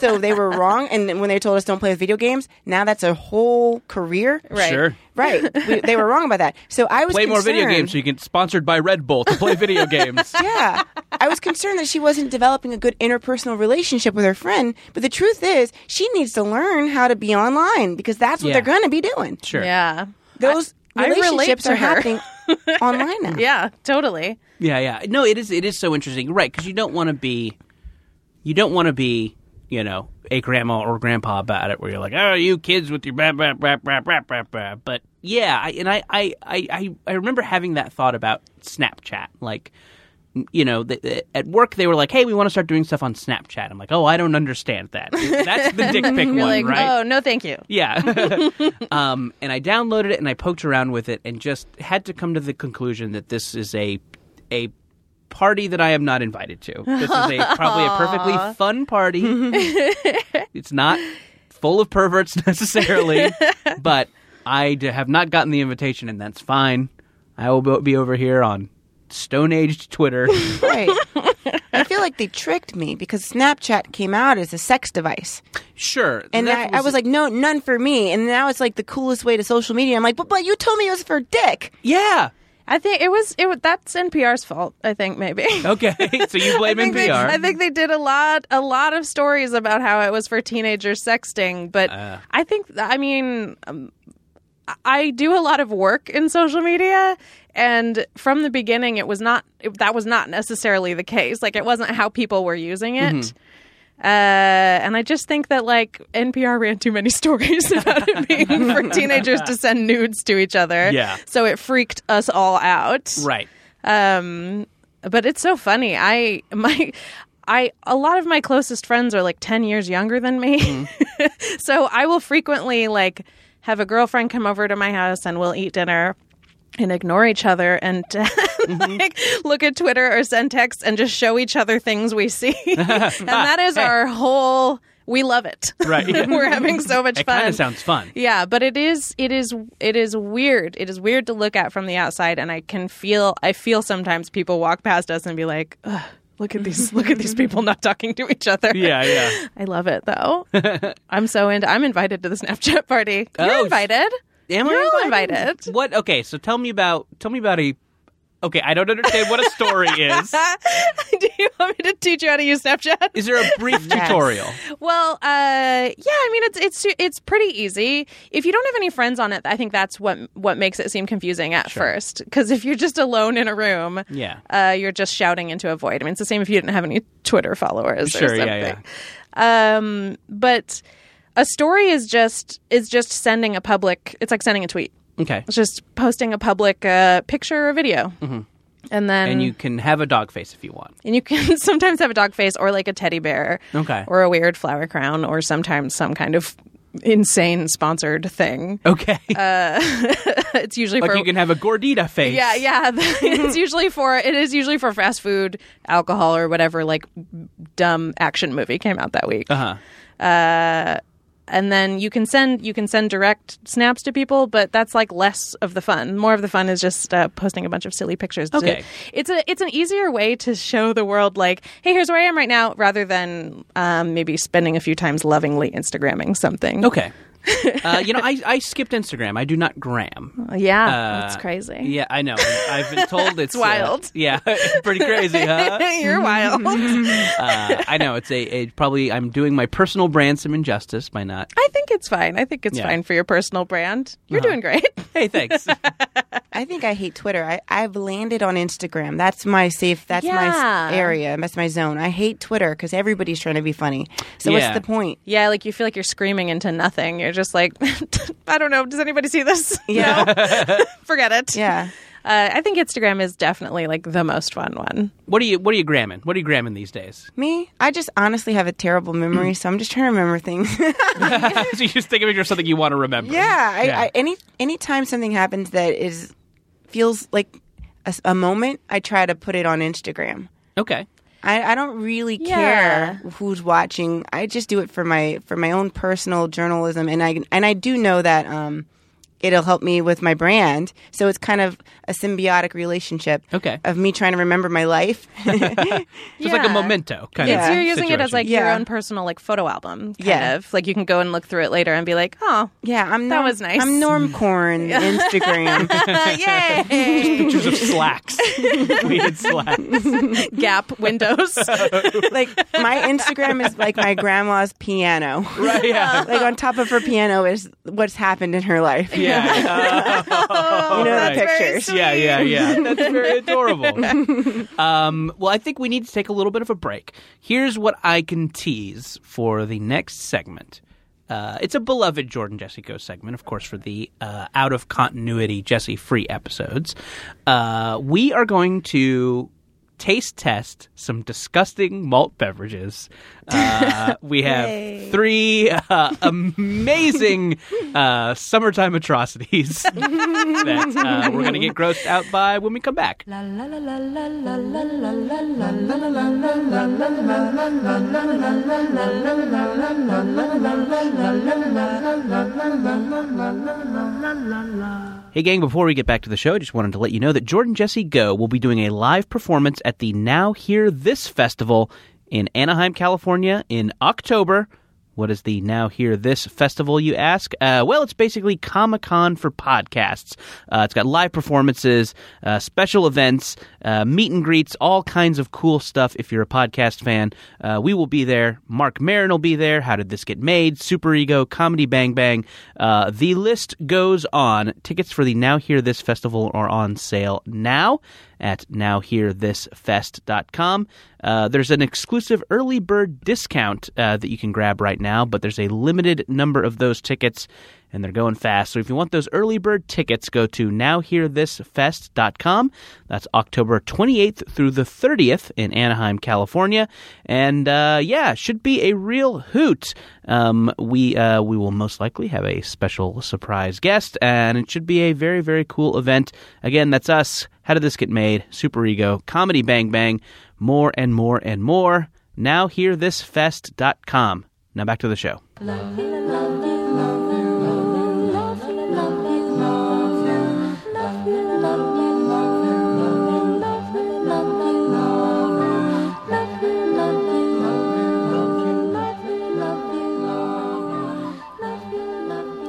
[SPEAKER 4] so they were wrong and then when they told us don't play with video games now that's a whole career
[SPEAKER 3] Right.
[SPEAKER 2] Sure.
[SPEAKER 4] right we, they were wrong about that so i was
[SPEAKER 2] Play more video
[SPEAKER 4] concerned.
[SPEAKER 2] games so you get sponsored by Red Bull to play video games.
[SPEAKER 4] yeah. I was concerned that she wasn't developing a good interpersonal relationship with her friend, but the truth is, she needs to learn how to be online because that's what
[SPEAKER 2] Yeah.
[SPEAKER 4] they're going to be doing.
[SPEAKER 2] Sure.
[SPEAKER 3] Yeah.
[SPEAKER 4] Those
[SPEAKER 3] I- I relate
[SPEAKER 4] relationships
[SPEAKER 3] to
[SPEAKER 4] are
[SPEAKER 3] her.
[SPEAKER 4] happening online now.
[SPEAKER 3] Yeah, totally.
[SPEAKER 2] Yeah, yeah. No, it is. It is so interesting, right? Because you don't want to be, you don't want to be, you know, a grandma or grandpa about it, where you're like, oh, you kids with your blah blah blah blah blah blah blah. But yeah, I, and I, I, I, I, I remember having that thought about Snapchat, like. You know, th th- at work they were like, "Hey, we want to start doing stuff on Snapchat." I'm like, "Oh, I don't understand that. That's the dick pic one,
[SPEAKER 3] You're like,
[SPEAKER 2] right?"
[SPEAKER 3] oh, no, thank you.
[SPEAKER 2] Yeah. um, and I downloaded it and I poked around with it and just had to come to the conclusion that this is a a party that I am not invited to. This is a probably a perfectly fun party. it's not full of perverts necessarily, but I d- have not gotten the invitation and that's fine. I will bo- be over here on Stone Age Twitter.
[SPEAKER 4] Right. I feel like they tricked me because Snapchat came out as a sex device.
[SPEAKER 2] sure.
[SPEAKER 4] And I
[SPEAKER 2] that
[SPEAKER 4] was, I was like, no, none for me. And now it's like the coolest way to social media. I'm like, but, but you told me it was for dick.
[SPEAKER 2] yeah.
[SPEAKER 3] I think it was it. wa- That's NPR's fault. I think maybe.
[SPEAKER 2] Okay. so you blame
[SPEAKER 3] I
[SPEAKER 2] NPR.
[SPEAKER 3] think, they, I think they did a lot, a lot of stories about how it was for teenagers sexting. But I think, I mean, um, I- I do a lot of work in social media, and from the beginning, it was not it, that was not necessarily the case. Like, it wasn't how people were using it. Uh, and I just think that like NPR ran too many stories about it being for teenagers to send nudes to each other.
[SPEAKER 2] Yeah.
[SPEAKER 3] So it freaked us all out.
[SPEAKER 2] right.
[SPEAKER 3] Um, but it's so funny. I my I a lot of my closest friends are like ten years younger than me,
[SPEAKER 2] Mm.
[SPEAKER 3] so I will frequently like have a girlfriend come over to my house and we'll eat dinner. And ignore each other and
[SPEAKER 2] Mm-hmm.
[SPEAKER 3] like, look at Twitter or send texts and just show each other things we see. and that is our whole, we love it.
[SPEAKER 2] Right.
[SPEAKER 3] We're having so much
[SPEAKER 2] It
[SPEAKER 3] fun.
[SPEAKER 2] kind of sounds fun.
[SPEAKER 3] Yeah, but it is it is it is weird. It is weird to look at from the outside, and I can feel I feel sometimes people walk past us and be like, Ugh, "Look at these look at these people not talking to each other."
[SPEAKER 2] Yeah, yeah.
[SPEAKER 3] I love it though. I'm so into. I'm invited to the Snapchat party. You're
[SPEAKER 2] Oh,
[SPEAKER 3] invited.
[SPEAKER 2] Am
[SPEAKER 3] You're
[SPEAKER 2] I
[SPEAKER 3] all
[SPEAKER 2] invited?
[SPEAKER 3] invited.
[SPEAKER 2] What? Okay, so tell me about tell me about a. Okay, I don't understand what a story is.
[SPEAKER 3] Do you want me to teach you how to use Snapchat?
[SPEAKER 2] Is there a brief
[SPEAKER 4] Yes.
[SPEAKER 2] tutorial?
[SPEAKER 3] Well, uh, yeah, I mean it's it's it's pretty easy. If you don't have any friends on it, I think that's what what makes it seem confusing at first. Because if you're just alone in a room,
[SPEAKER 2] Yeah.
[SPEAKER 3] uh, you're just shouting into a void. I mean, it's the same if you didn't have any Twitter followers
[SPEAKER 2] Sure,
[SPEAKER 3] or
[SPEAKER 2] yeah,
[SPEAKER 3] something. Um, but a story is just is just sending a public. It's like sending a tweet.
[SPEAKER 2] Okay.
[SPEAKER 3] It's just posting a public uh, picture or video. and then
[SPEAKER 2] Mm-hmm. and you can have a dog face if you want.
[SPEAKER 3] and you can sometimes have a dog face or like a teddy bear
[SPEAKER 2] Okay.
[SPEAKER 3] or a weird flower crown or sometimes some kind of insane sponsored thing
[SPEAKER 2] Okay,
[SPEAKER 3] it's usually
[SPEAKER 2] like
[SPEAKER 3] Uh, for
[SPEAKER 2] you can have a gordita face.
[SPEAKER 3] yeah yeah it's usually for it is usually for fast food alcohol or whatever like dumb action movie came out that week Uh,
[SPEAKER 2] Uh huh.
[SPEAKER 3] and then you can send you can send direct snaps to people but that's like less of the fun more of the fun is just uh, posting a bunch of silly pictures to-
[SPEAKER 2] Okay.
[SPEAKER 3] it's a it's an easier way to show the world like hey here's where i am right now rather than um, maybe spending a few times lovingly instagramming something
[SPEAKER 2] Okay. uh, you know, I, I skipped Instagram. I do not gram.
[SPEAKER 3] yeah
[SPEAKER 2] Uh,
[SPEAKER 3] Oh, that's crazy
[SPEAKER 2] Yeah, I know. I've been told it's, uh,
[SPEAKER 3] wild.
[SPEAKER 2] yeah, pretty crazy, huh?
[SPEAKER 3] You're wild. I
[SPEAKER 2] Uh, I know it's a, a probably. I'm doing my personal brand some injustice by not.
[SPEAKER 3] think it's fine. I think it's
[SPEAKER 2] Yeah. Uh-huh.
[SPEAKER 3] fine for your personal brand. You're doing great.
[SPEAKER 2] Hey, thanks.
[SPEAKER 4] I think I hate Twitter. I, I've landed on Instagram. That's my safe. That's my
[SPEAKER 3] Yeah.
[SPEAKER 4] s- area. That's my zone. I hate Twitter because everybody's trying to be funny. So
[SPEAKER 2] Yeah.
[SPEAKER 4] what's the point?
[SPEAKER 3] Yeah, like you feel like you're screaming into nothing. You're just like, I don't know. Does anybody see this?
[SPEAKER 4] Yeah.
[SPEAKER 3] No? Forget it.
[SPEAKER 4] Yeah.
[SPEAKER 3] Uh, I think Instagram is definitely like the most fun one.
[SPEAKER 2] what are you What are you gramming? What are you gramming these days?
[SPEAKER 4] Me, I just honestly have a terrible memory, so I'm just trying to remember things. yeah,
[SPEAKER 2] so you just think of it as something you want to remember.
[SPEAKER 4] I,
[SPEAKER 2] Yeah.
[SPEAKER 4] I, any anytime something happens that is feels like a, s- a moment, I try to put it on Instagram.
[SPEAKER 2] Okay.
[SPEAKER 4] I, I don't really
[SPEAKER 3] Yeah.
[SPEAKER 4] care who's watching. I just do it for my for my own personal journalism, and I and I do know that um, it'll help me with my brand. So it's kind of a symbiotic relationship.
[SPEAKER 2] Okay.
[SPEAKER 4] Of me trying to remember my life.
[SPEAKER 2] So it's like a
[SPEAKER 3] Yeah.
[SPEAKER 2] memento kind
[SPEAKER 4] Yeah.
[SPEAKER 2] of.
[SPEAKER 3] So you're using it as
[SPEAKER 2] situation.
[SPEAKER 3] like your
[SPEAKER 4] Yeah.
[SPEAKER 3] own personal like photo album. Kind
[SPEAKER 4] Yeah.
[SPEAKER 3] Of. Like you can go and look through it later and be like, oh,
[SPEAKER 4] yeah, I'm.
[SPEAKER 3] That
[SPEAKER 4] Norm-
[SPEAKER 3] was nice.
[SPEAKER 4] I'm Norm Corn Instagram.
[SPEAKER 3] yay!
[SPEAKER 2] pictures of slacks. Weird slacks.
[SPEAKER 3] Gap windows.
[SPEAKER 4] like my Instagram is like my grandma's piano.
[SPEAKER 2] Right. Yeah.
[SPEAKER 4] Like on top of her piano is what's happened in her life.
[SPEAKER 2] Yeah.
[SPEAKER 4] you know
[SPEAKER 2] right.
[SPEAKER 4] the
[SPEAKER 3] That's very
[SPEAKER 4] pictures.
[SPEAKER 3] sweet.
[SPEAKER 2] Yeah, yeah, yeah. That's very adorable. um, well, I think we need to take a little bit of a break. Here's what I can tease for the next segment. Uh, it's a beloved Jordan Jesse Go segment, of course, for the uh, out of continuity Jesse free episodes. Uh, we are going to taste test some disgusting malt beverages. Uh, we have three uh, amazing uh, summertime atrocities that uh, we're going to get grossed out by when we come back.
[SPEAKER 1] La la la la la la la la la la.
[SPEAKER 2] Hey, gang, before we get back to the show, I just wanted to let you know that Jordan Jesse Go will be doing a live performance at the Now Hear This Festival in Anaheim, California in October. What is the Now Hear This Festival, you ask? Uh, well, it's basically Comic Con for podcasts. Uh, it's got live performances, uh, special events, uh, meet and greets, all kinds of cool stuff if you're a podcast fan. Uh, we will be there. Mark Marin will be there. How Did This Get Made? Super Ego, Comedy Bang Bang. Uh, the list goes on. Tickets for the Now Hear This Festival are on sale now at nowhearthisfest.com. Uh, there's an exclusive early bird discount uh, that you can grab right now, but there's a limited number of those tickets and they're going fast. So if you want those early bird tickets, go to nowhearthisfest.com. That's October 28th through the 30th in Anaheim, California. And uh, yeah, should be a real hoot. Um, we uh, we will most likely have a special surprise guest, and it should be a very very cool event. Again, that's us. How did this get made? Super Ego, Comedy Bang Bang, more and more and more. Nowhearthisfest.com. Now back to the show.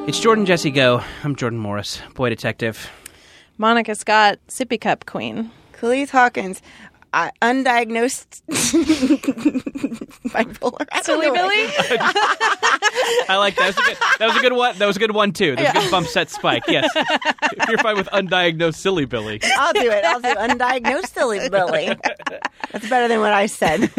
[SPEAKER 2] It's Jordan Jesse Go. I'm Jordan Morris, boy detective.
[SPEAKER 3] Monica Scott, sippy cup queen.
[SPEAKER 4] Khalees Hawkins, uh, undiagnosed bipolar. I don't
[SPEAKER 3] Silly
[SPEAKER 4] know.
[SPEAKER 3] Billy?
[SPEAKER 2] I like that. That was a good, that was a good one. That was a good one too. That was a good bump set spike. Yes, if you're fine with undiagnosed silly Billy.
[SPEAKER 4] I'll do it. I'll do undiagnosed silly Billy. That's better than what I said.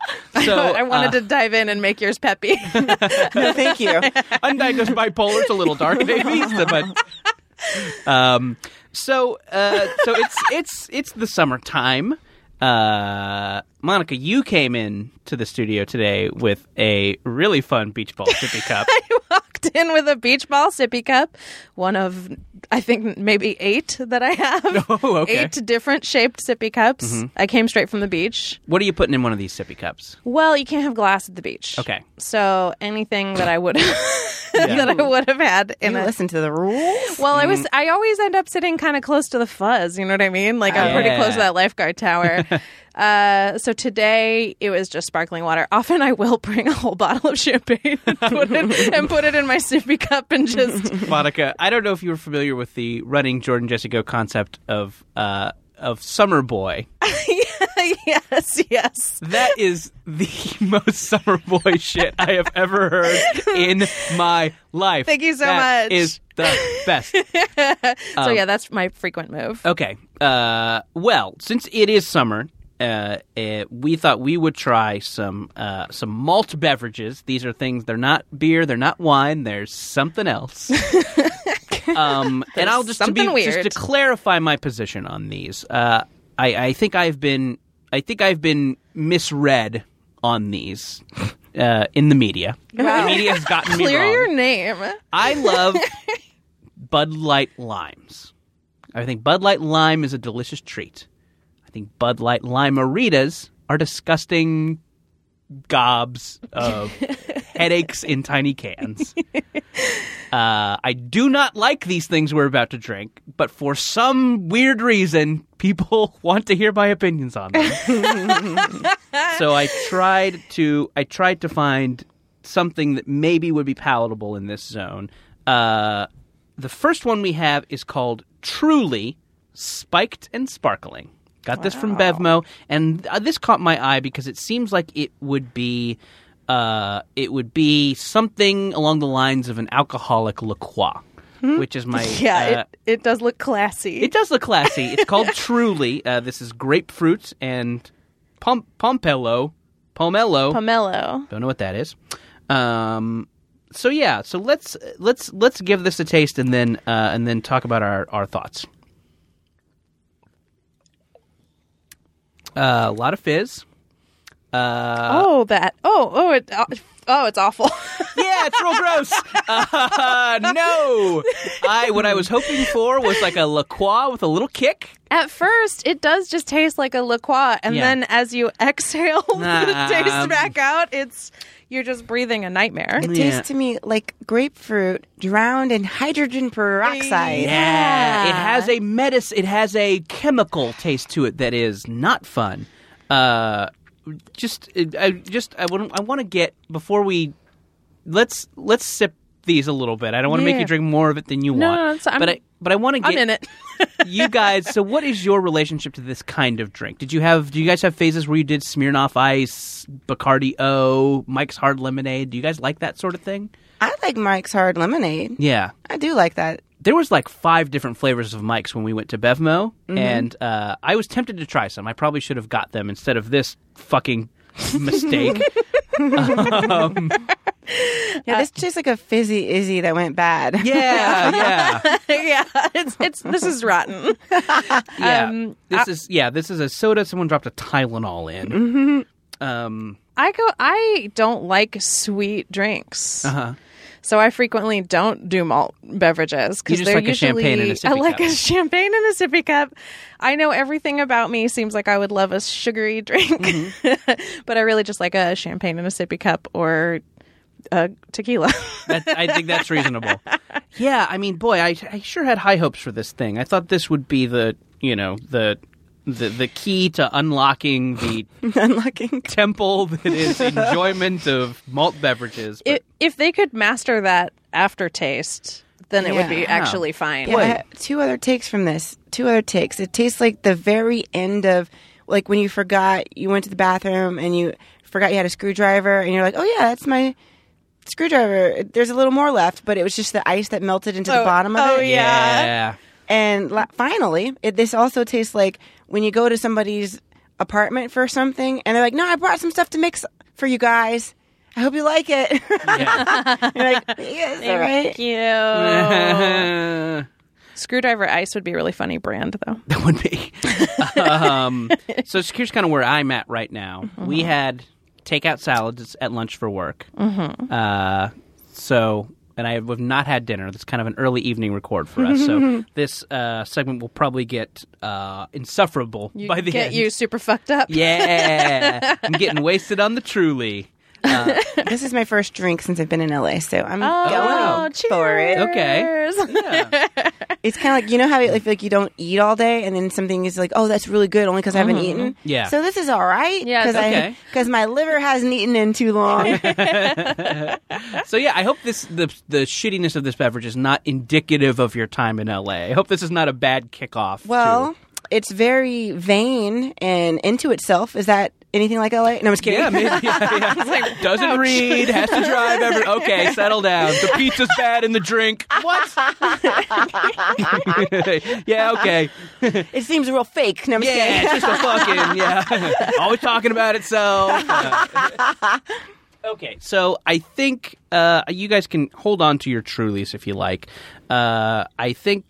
[SPEAKER 2] So
[SPEAKER 3] I wanted to dive in and make yours peppy.
[SPEAKER 4] no, thank you.
[SPEAKER 2] uh, undiagnosed bipolar. It's a little dark, maybe, but um, so uh, so it's it's it's the summertime. Uh, Monica, you came in to the studio today with a really fun beach ball sippy cup.
[SPEAKER 3] I walked in with a beach ball sippy cup, one of I think maybe eight that I have.
[SPEAKER 2] Oh, okay. Mm-hmm.
[SPEAKER 3] Eight different shaped sippy cups. I came straight from the beach.
[SPEAKER 2] what are you putting in one of these sippy cups?
[SPEAKER 3] Well, you can't have glass at the beach.
[SPEAKER 2] Okay.
[SPEAKER 3] So anything that I would that I would have had in
[SPEAKER 4] You
[SPEAKER 3] a
[SPEAKER 4] listen to the rules.
[SPEAKER 3] well, I
[SPEAKER 2] Mm-hmm.
[SPEAKER 3] was I always end up sitting kind of close to the fuzz, you know what I mean? Like I'm pretty
[SPEAKER 2] Yeah.
[SPEAKER 3] close to that lifeguard tower. uh, so today it was just sparkling water. Often I will bring a whole bottle of champagne and put it and put it in my sippy cup and just
[SPEAKER 2] Monica, I don't know if you were familiar with the running Jordan Jesse Go concept of uh, of summer boy.
[SPEAKER 3] yes, yes.
[SPEAKER 2] That is the most summer boy shit I have ever heard in my life.
[SPEAKER 3] Thank you so
[SPEAKER 2] That
[SPEAKER 3] much.
[SPEAKER 2] Is the best. Um,
[SPEAKER 3] so yeah, that's my frequent move.
[SPEAKER 2] Okay. Uh, well, since it is summer, uh, eh, we thought we would try some uh, some malt beverages. These are things they're not beer, they're not wine. There's something else. um, and I'll just to, be,
[SPEAKER 3] something
[SPEAKER 2] just
[SPEAKER 3] weird.
[SPEAKER 2] to clarify my position on these. Uh, I, I think I've been I think I've been misread on these uh, in the media. The media has gotten me
[SPEAKER 3] Clear
[SPEAKER 2] wrong.
[SPEAKER 3] your name.
[SPEAKER 2] I love Bud Light limes. I think Bud Light lime is a delicious treat. I think Bud Light limeritas are disgusting gobs of headaches in tiny cans. Uh, I do not like these things we're about to drink, but for some weird reason, people want to hear my opinions on them. so I tried to I tried to find something that maybe would be palatable in this zone. Uh, the first one we have is called Truly Spiked and Sparkling. Got this from Bevmo, and uh, this caught my eye because it seems like it would be. Uh, it would be something along the lines of an alcoholic La Croix, which is my
[SPEAKER 3] Hmm? Yeah,
[SPEAKER 2] uh,
[SPEAKER 3] it, it does look classy.
[SPEAKER 2] it does look classy. It's called Truly. Uh, this is grapefruit and pom- pompello, pomelo.
[SPEAKER 3] pomelo.
[SPEAKER 2] Don't know what that is. Um, so yeah, so let's let's let's give this a taste and then uh, and then talk about our our thoughts. Uh, a lot of fizz. Uh,
[SPEAKER 3] oh, that. Oh, oh, it. Oh, oh it's awful.
[SPEAKER 2] Yeah, it's real gross. Uh, no, I what I was hoping for was like a La Croix with a little kick.
[SPEAKER 3] At first, it does just taste like a La Croix, and
[SPEAKER 2] Yeah.
[SPEAKER 3] then as you exhale
[SPEAKER 2] Nah,
[SPEAKER 3] the taste
[SPEAKER 2] um,
[SPEAKER 3] back out, it's you're just breathing a nightmare.
[SPEAKER 4] It
[SPEAKER 2] Yeah.
[SPEAKER 4] tastes to me like grapefruit drowned in hydrogen peroxide.
[SPEAKER 2] Yeah, it has a medicine. It has a chemical taste to it that is not fun. Uh, just, uh, I just, I want, I want to get before we let's let's sip these a little bit. I don't want to make
[SPEAKER 3] Yeah.
[SPEAKER 2] you drink more of it than you
[SPEAKER 3] No,
[SPEAKER 2] want.
[SPEAKER 3] no, it's- I'm-
[SPEAKER 2] but I, but I want to
[SPEAKER 3] I'm
[SPEAKER 2] get
[SPEAKER 3] in it.
[SPEAKER 2] you guys. So, what is your relationship to this kind of drink? Did you have? Do you guys have phases where you did Smirnoff Ice, Bacardi O, Mike's Hard Lemonade? Do you guys like that sort of thing?
[SPEAKER 4] I like Mike's hard lemonade.
[SPEAKER 2] Yeah.
[SPEAKER 4] I do like that.
[SPEAKER 2] there was like five different flavors of Mike's when we went to Bevmo, and uh, I was tempted to try some. I probably should have got them instead of this fucking mistake.
[SPEAKER 4] Yeah, this tastes like a fizzy izzy that went bad.
[SPEAKER 2] yeah, yeah,
[SPEAKER 3] yeah, it's it's this is rotten.
[SPEAKER 2] yeah.
[SPEAKER 3] Um,
[SPEAKER 2] this is yeah. This is a soda. Someone dropped a Tylenol in. Um,
[SPEAKER 3] I go. I don't like sweet drinks,
[SPEAKER 2] uh-huh.
[SPEAKER 3] so I frequently don't do malt beverages
[SPEAKER 2] You
[SPEAKER 3] because
[SPEAKER 2] just
[SPEAKER 3] they're
[SPEAKER 2] like a
[SPEAKER 3] usually
[SPEAKER 2] champagne in a sippy
[SPEAKER 3] I like
[SPEAKER 2] cup.
[SPEAKER 3] a champagne in a sippy cup. I know everything about me seems like I would love a sugary drink,
[SPEAKER 2] Mm-hmm.
[SPEAKER 3] but I really just like a champagne in a sippy cup or a tequila.
[SPEAKER 2] That, I think that's reasonable. yeah, I mean, boy, I, I sure had high hopes for this thing. I thought this would be the you know the the the key to unlocking the
[SPEAKER 4] Unlocking.
[SPEAKER 2] temple that is enjoyment of malt beverages. but-
[SPEAKER 3] if, if they could master that aftertaste, then it would
[SPEAKER 4] Yeah.
[SPEAKER 3] be actually fine.
[SPEAKER 4] Yeah, I have two other takes from this. Two other takes. It tastes like the very end of like when you forgot you went to the bathroom and you forgot you had a screwdriver and you're like, "Oh yeah, that's my screwdriver. There's a little more left, but it was just the ice that melted into the
[SPEAKER 3] Oh,
[SPEAKER 4] bottom of
[SPEAKER 3] oh,
[SPEAKER 4] it."
[SPEAKER 3] yeah.
[SPEAKER 2] Yeah.
[SPEAKER 4] And la- finally, it, this also tastes like when you go to somebody's apartment for something and they're like, "No, I brought some stuff to mix for you guys. I hope you like it." you're like, "Yes, all right."
[SPEAKER 3] Thank you. Screwdriver Ice would be a really funny brand, though.
[SPEAKER 2] That would be. um, so it's- here's kind of where I'm at right now. We had takeout salads at lunch for work. Mm-hmm. Uh, so, and I have not had dinner. That's kind of an early evening record for us. so this uh, segment will probably get uh, insufferable
[SPEAKER 3] You
[SPEAKER 2] by the
[SPEAKER 3] get
[SPEAKER 2] end.
[SPEAKER 3] you super fucked up.
[SPEAKER 2] yeah, I'm getting wasted on the truly.
[SPEAKER 4] this is my first drink since I've been in LA, so I'm
[SPEAKER 3] Oh,
[SPEAKER 4] going
[SPEAKER 3] cheers.
[SPEAKER 4] for it.
[SPEAKER 2] Okay. Yeah.
[SPEAKER 4] It's kind of like you know how you, like, like you don't eat all day, and then something is like, oh, that's really good, only because I haven't eaten.
[SPEAKER 2] Mm-hmm. Yeah.
[SPEAKER 4] So this is all right.
[SPEAKER 3] Yeah,
[SPEAKER 4] Because
[SPEAKER 2] okay.
[SPEAKER 4] my liver hasn't eaten in too long.
[SPEAKER 2] So yeah, I hope this the the shittiness of this beverage is not indicative of your time in LA. I hope this is not a bad kickoff. to-
[SPEAKER 4] well, it's very vain and into itself. Is that anything like LA? No, I'm just kidding.
[SPEAKER 2] Yeah, maybe. Yeah, yeah. Doesn't read, has to drive. Every- okay, settle down. The pizza's bad and the drink. What? yeah, okay.
[SPEAKER 4] it seems real fake. No, I'm just
[SPEAKER 2] Yeah,
[SPEAKER 4] kidding.
[SPEAKER 2] it's just a fucking, yeah. Always talking about itself. Uh, okay, so I think uh, you guys can hold on to your Trulies if you like. Uh, I think.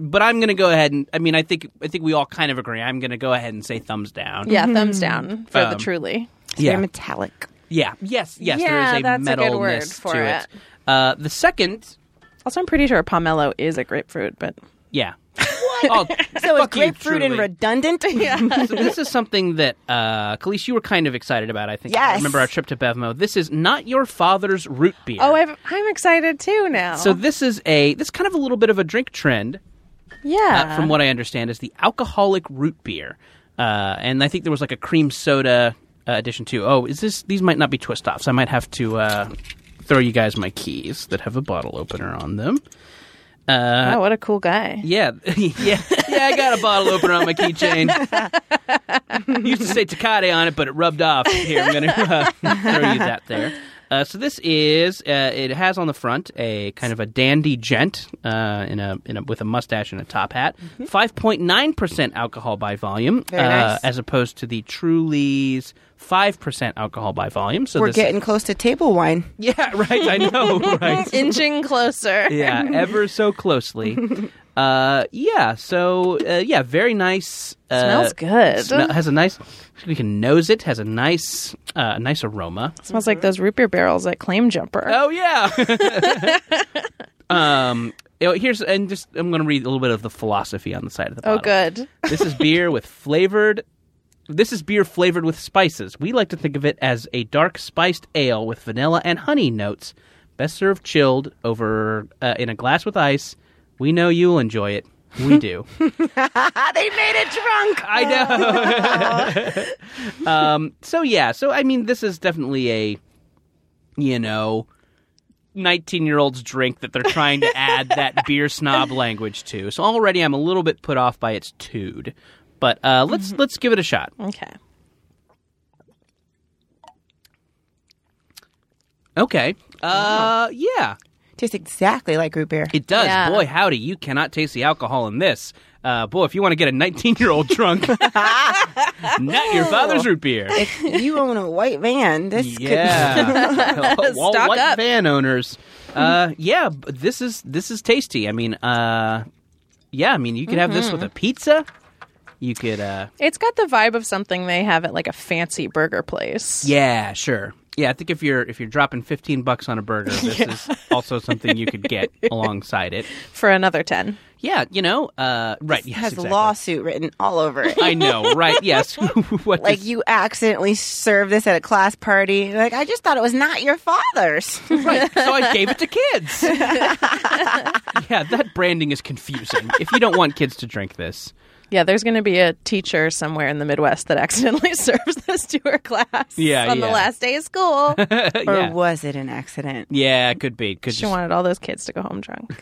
[SPEAKER 2] But I'm going to go ahead and I mean I think I think we all kind of agree. I'm going to go ahead and say thumbs down.
[SPEAKER 3] Yeah, thumbs down for the
[SPEAKER 2] Um,
[SPEAKER 3] truly.
[SPEAKER 4] It's very
[SPEAKER 2] yeah.
[SPEAKER 4] metallic.
[SPEAKER 2] Yeah. Yes. Yes. there
[SPEAKER 3] Yeah,
[SPEAKER 2] is a
[SPEAKER 3] that's a good
[SPEAKER 2] metalness
[SPEAKER 3] word for
[SPEAKER 2] to it.
[SPEAKER 3] it.
[SPEAKER 2] Uh, the second,
[SPEAKER 3] Also, I'm pretty sure pomelo is a grapefruit, but
[SPEAKER 2] yeah. What? Oh,
[SPEAKER 4] So is
[SPEAKER 2] fuck you,
[SPEAKER 4] grapefruit and
[SPEAKER 2] truly.
[SPEAKER 4] redundant? Yeah.
[SPEAKER 2] so this is something that, uh, Khalees, you were kind of excited about. I think. I
[SPEAKER 4] Yes.
[SPEAKER 2] remember our trip to Bevmo. This is not your father's root beer.
[SPEAKER 3] oh, I've, I'm excited too now.
[SPEAKER 2] so uh, this is a this is kind of a little bit of a drink trend.
[SPEAKER 3] yeah,
[SPEAKER 2] uh, from what I understand, is the alcoholic root beer. Uh, and I think there was like a cream soda uh, addition too. Oh, is this? These might not be twist offs. I might have to uh, throw you guys my keys that have a bottle opener on them.
[SPEAKER 3] oh, what a cool guy.
[SPEAKER 2] Yeah, yeah, yeah. I got a bottle opener on my keychain. Used to say Takate on it, but it rubbed off. Here, I'm going to uh, throw you that there. Uh, so this is uh, it has on the front a kind of a dandy gent uh, in a in a with a mustache and a top hat. Five point nine percent alcohol by volume,
[SPEAKER 4] Mm-hmm. Very
[SPEAKER 2] uh,
[SPEAKER 4] nice.
[SPEAKER 2] as opposed to the Truly's five percent alcohol by volume. So
[SPEAKER 4] We're
[SPEAKER 2] this,
[SPEAKER 4] getting close to table wine.
[SPEAKER 2] yeah, right. I know, right.
[SPEAKER 3] Inching closer.
[SPEAKER 2] yeah, ever so closely. Uh, yeah, so uh, yeah, very nice. Uh,
[SPEAKER 3] Smells good.
[SPEAKER 2] smell- has a nice. We can nose it. Has a nice, uh, nice aroma.
[SPEAKER 3] Smells like those root beer barrels at Claim Jumper.
[SPEAKER 2] Oh yeah. um. you know, Here's and just I'm going to read a little bit of the philosophy on the side of the
[SPEAKER 3] oh
[SPEAKER 2] bottle.
[SPEAKER 3] good.
[SPEAKER 2] This is beer with flavored. This is beer flavored with spices. We like to think of it as a dark spiced ale with vanilla and honey notes. Best served chilled over uh, in a glass with ice. We know you'll enjoy it. We do.
[SPEAKER 4] Ah, they made it drunk.
[SPEAKER 2] I know. um, so yeah. So I mean, this is definitely a, you know. 19 year olds drink that they're trying to add that beer snob language to. So already I'm a little bit put off by its tood. But uh, let's let's give it a shot.
[SPEAKER 3] Okay.
[SPEAKER 2] Okay. Uh, yeah.
[SPEAKER 4] Tastes exactly like root beer.
[SPEAKER 2] It does.
[SPEAKER 3] Yeah.
[SPEAKER 2] Boy, howdy, you cannot taste the alcohol in this. Uh, boy, if you want to get a 19 year old drunk, not your father's root beer.
[SPEAKER 4] you own a white van. This
[SPEAKER 2] Yeah, Wall
[SPEAKER 3] Stock
[SPEAKER 2] white
[SPEAKER 3] up.
[SPEAKER 2] van owners. Uh, yeah, b- this is this is tasty. I mean, uh, yeah, I mean you could have this
[SPEAKER 4] Mm-hmm.
[SPEAKER 2] with a pizza. You could, uh,
[SPEAKER 3] It's got the vibe of something they have at like a fancy burger place.
[SPEAKER 2] yeah, sure, yeah. I think if you're if you're dropping 15 bucks on a burger, this is also something you could get alongside it.
[SPEAKER 3] For another 10.
[SPEAKER 2] Yeah, you know, uh, right?
[SPEAKER 4] could,
[SPEAKER 2] yes,
[SPEAKER 4] has
[SPEAKER 2] exactly.
[SPEAKER 4] lawsuit written all over it.
[SPEAKER 2] I know, right? Yes. what
[SPEAKER 4] like
[SPEAKER 2] does-
[SPEAKER 4] you accidentally served this at a class party. Like I just thought it was not your father's.
[SPEAKER 2] right? So I gave it to kids. yeah, that branding is confusing. If you don't want kids to drink this,
[SPEAKER 3] Yeah, there's going to be a teacher somewhere in the Midwest that accidentally serves this to her class
[SPEAKER 2] Yeah,
[SPEAKER 3] on
[SPEAKER 2] yeah.
[SPEAKER 3] the last day of school.
[SPEAKER 4] or
[SPEAKER 2] yeah.
[SPEAKER 4] was it an accident?
[SPEAKER 2] Yeah, it could be. Could
[SPEAKER 3] she
[SPEAKER 2] just-
[SPEAKER 3] wanted all those kids to go home drunk.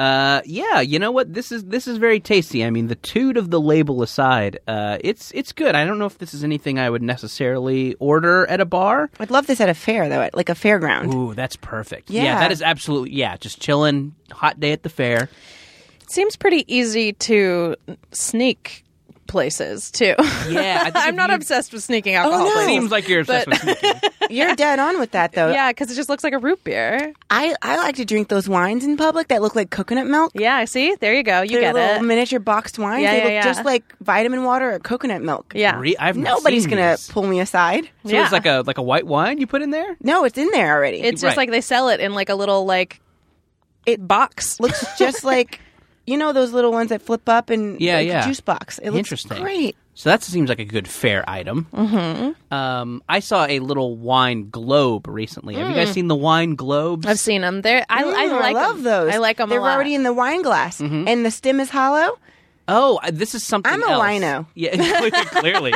[SPEAKER 2] uh, yeah, you know what? This is this is very tasty. I mean, the toot of the label aside, uh, it's it's good. I don't know if this is anything I would necessarily order at a bar.
[SPEAKER 4] I'd love this at a fair though, at like a fairground.
[SPEAKER 2] Ooh, that's perfect.
[SPEAKER 4] Yeah.
[SPEAKER 2] that is absolutely. Yeah, just chilling, hot day at the fair.
[SPEAKER 3] Seems pretty easy to sneak places too.
[SPEAKER 2] Yeah, I think if
[SPEAKER 3] I'm not
[SPEAKER 2] you-
[SPEAKER 3] obsessed with sneaking alcohol.
[SPEAKER 4] no.
[SPEAKER 3] places.
[SPEAKER 2] Seems like you're obsessed
[SPEAKER 3] But-
[SPEAKER 2] with sneaking.
[SPEAKER 4] You're dead on with that though.
[SPEAKER 3] yeah, because it just looks like a root beer.
[SPEAKER 4] I, I like to drink those wines in public that look like coconut milk.
[SPEAKER 3] Yeah, see, there you go. You
[SPEAKER 4] They're
[SPEAKER 3] get
[SPEAKER 4] little
[SPEAKER 3] it.
[SPEAKER 4] miniature boxed wines.
[SPEAKER 3] Yeah,
[SPEAKER 4] they
[SPEAKER 3] yeah,
[SPEAKER 4] look
[SPEAKER 3] yeah.
[SPEAKER 4] just like vitamin water or coconut milk.
[SPEAKER 3] yeah,
[SPEAKER 2] Re- I've not
[SPEAKER 4] Nobody's
[SPEAKER 2] seen
[SPEAKER 4] gonna
[SPEAKER 2] these.
[SPEAKER 4] pull me aside.
[SPEAKER 2] So
[SPEAKER 3] yeah.
[SPEAKER 2] it's like a like a white wine you put in there.
[SPEAKER 4] No, it's in there already.
[SPEAKER 3] It's just
[SPEAKER 2] Right.
[SPEAKER 3] like they sell it in like a little like
[SPEAKER 4] It
[SPEAKER 3] box.
[SPEAKER 4] looks just like you know those little ones that flip up and
[SPEAKER 2] Yeah,
[SPEAKER 4] like a
[SPEAKER 2] yeah.
[SPEAKER 4] juice box. It looks
[SPEAKER 2] Interesting.
[SPEAKER 4] great.
[SPEAKER 2] So that seems like a good fair item. Mm-hmm. Um, I saw a little wine globe recently. Have you guys seen the wine globes?
[SPEAKER 3] I've seen them. They're I, I
[SPEAKER 4] Mm,
[SPEAKER 3] like 'em.
[SPEAKER 4] love those.
[SPEAKER 3] I like them
[SPEAKER 4] They're
[SPEAKER 3] a lot. Mm-hmm.
[SPEAKER 4] already in the wine glass, and the stem is hollow.
[SPEAKER 2] Oh, I- this is something.
[SPEAKER 4] I'm a
[SPEAKER 2] else.
[SPEAKER 4] wino.
[SPEAKER 2] Yeah, clearly.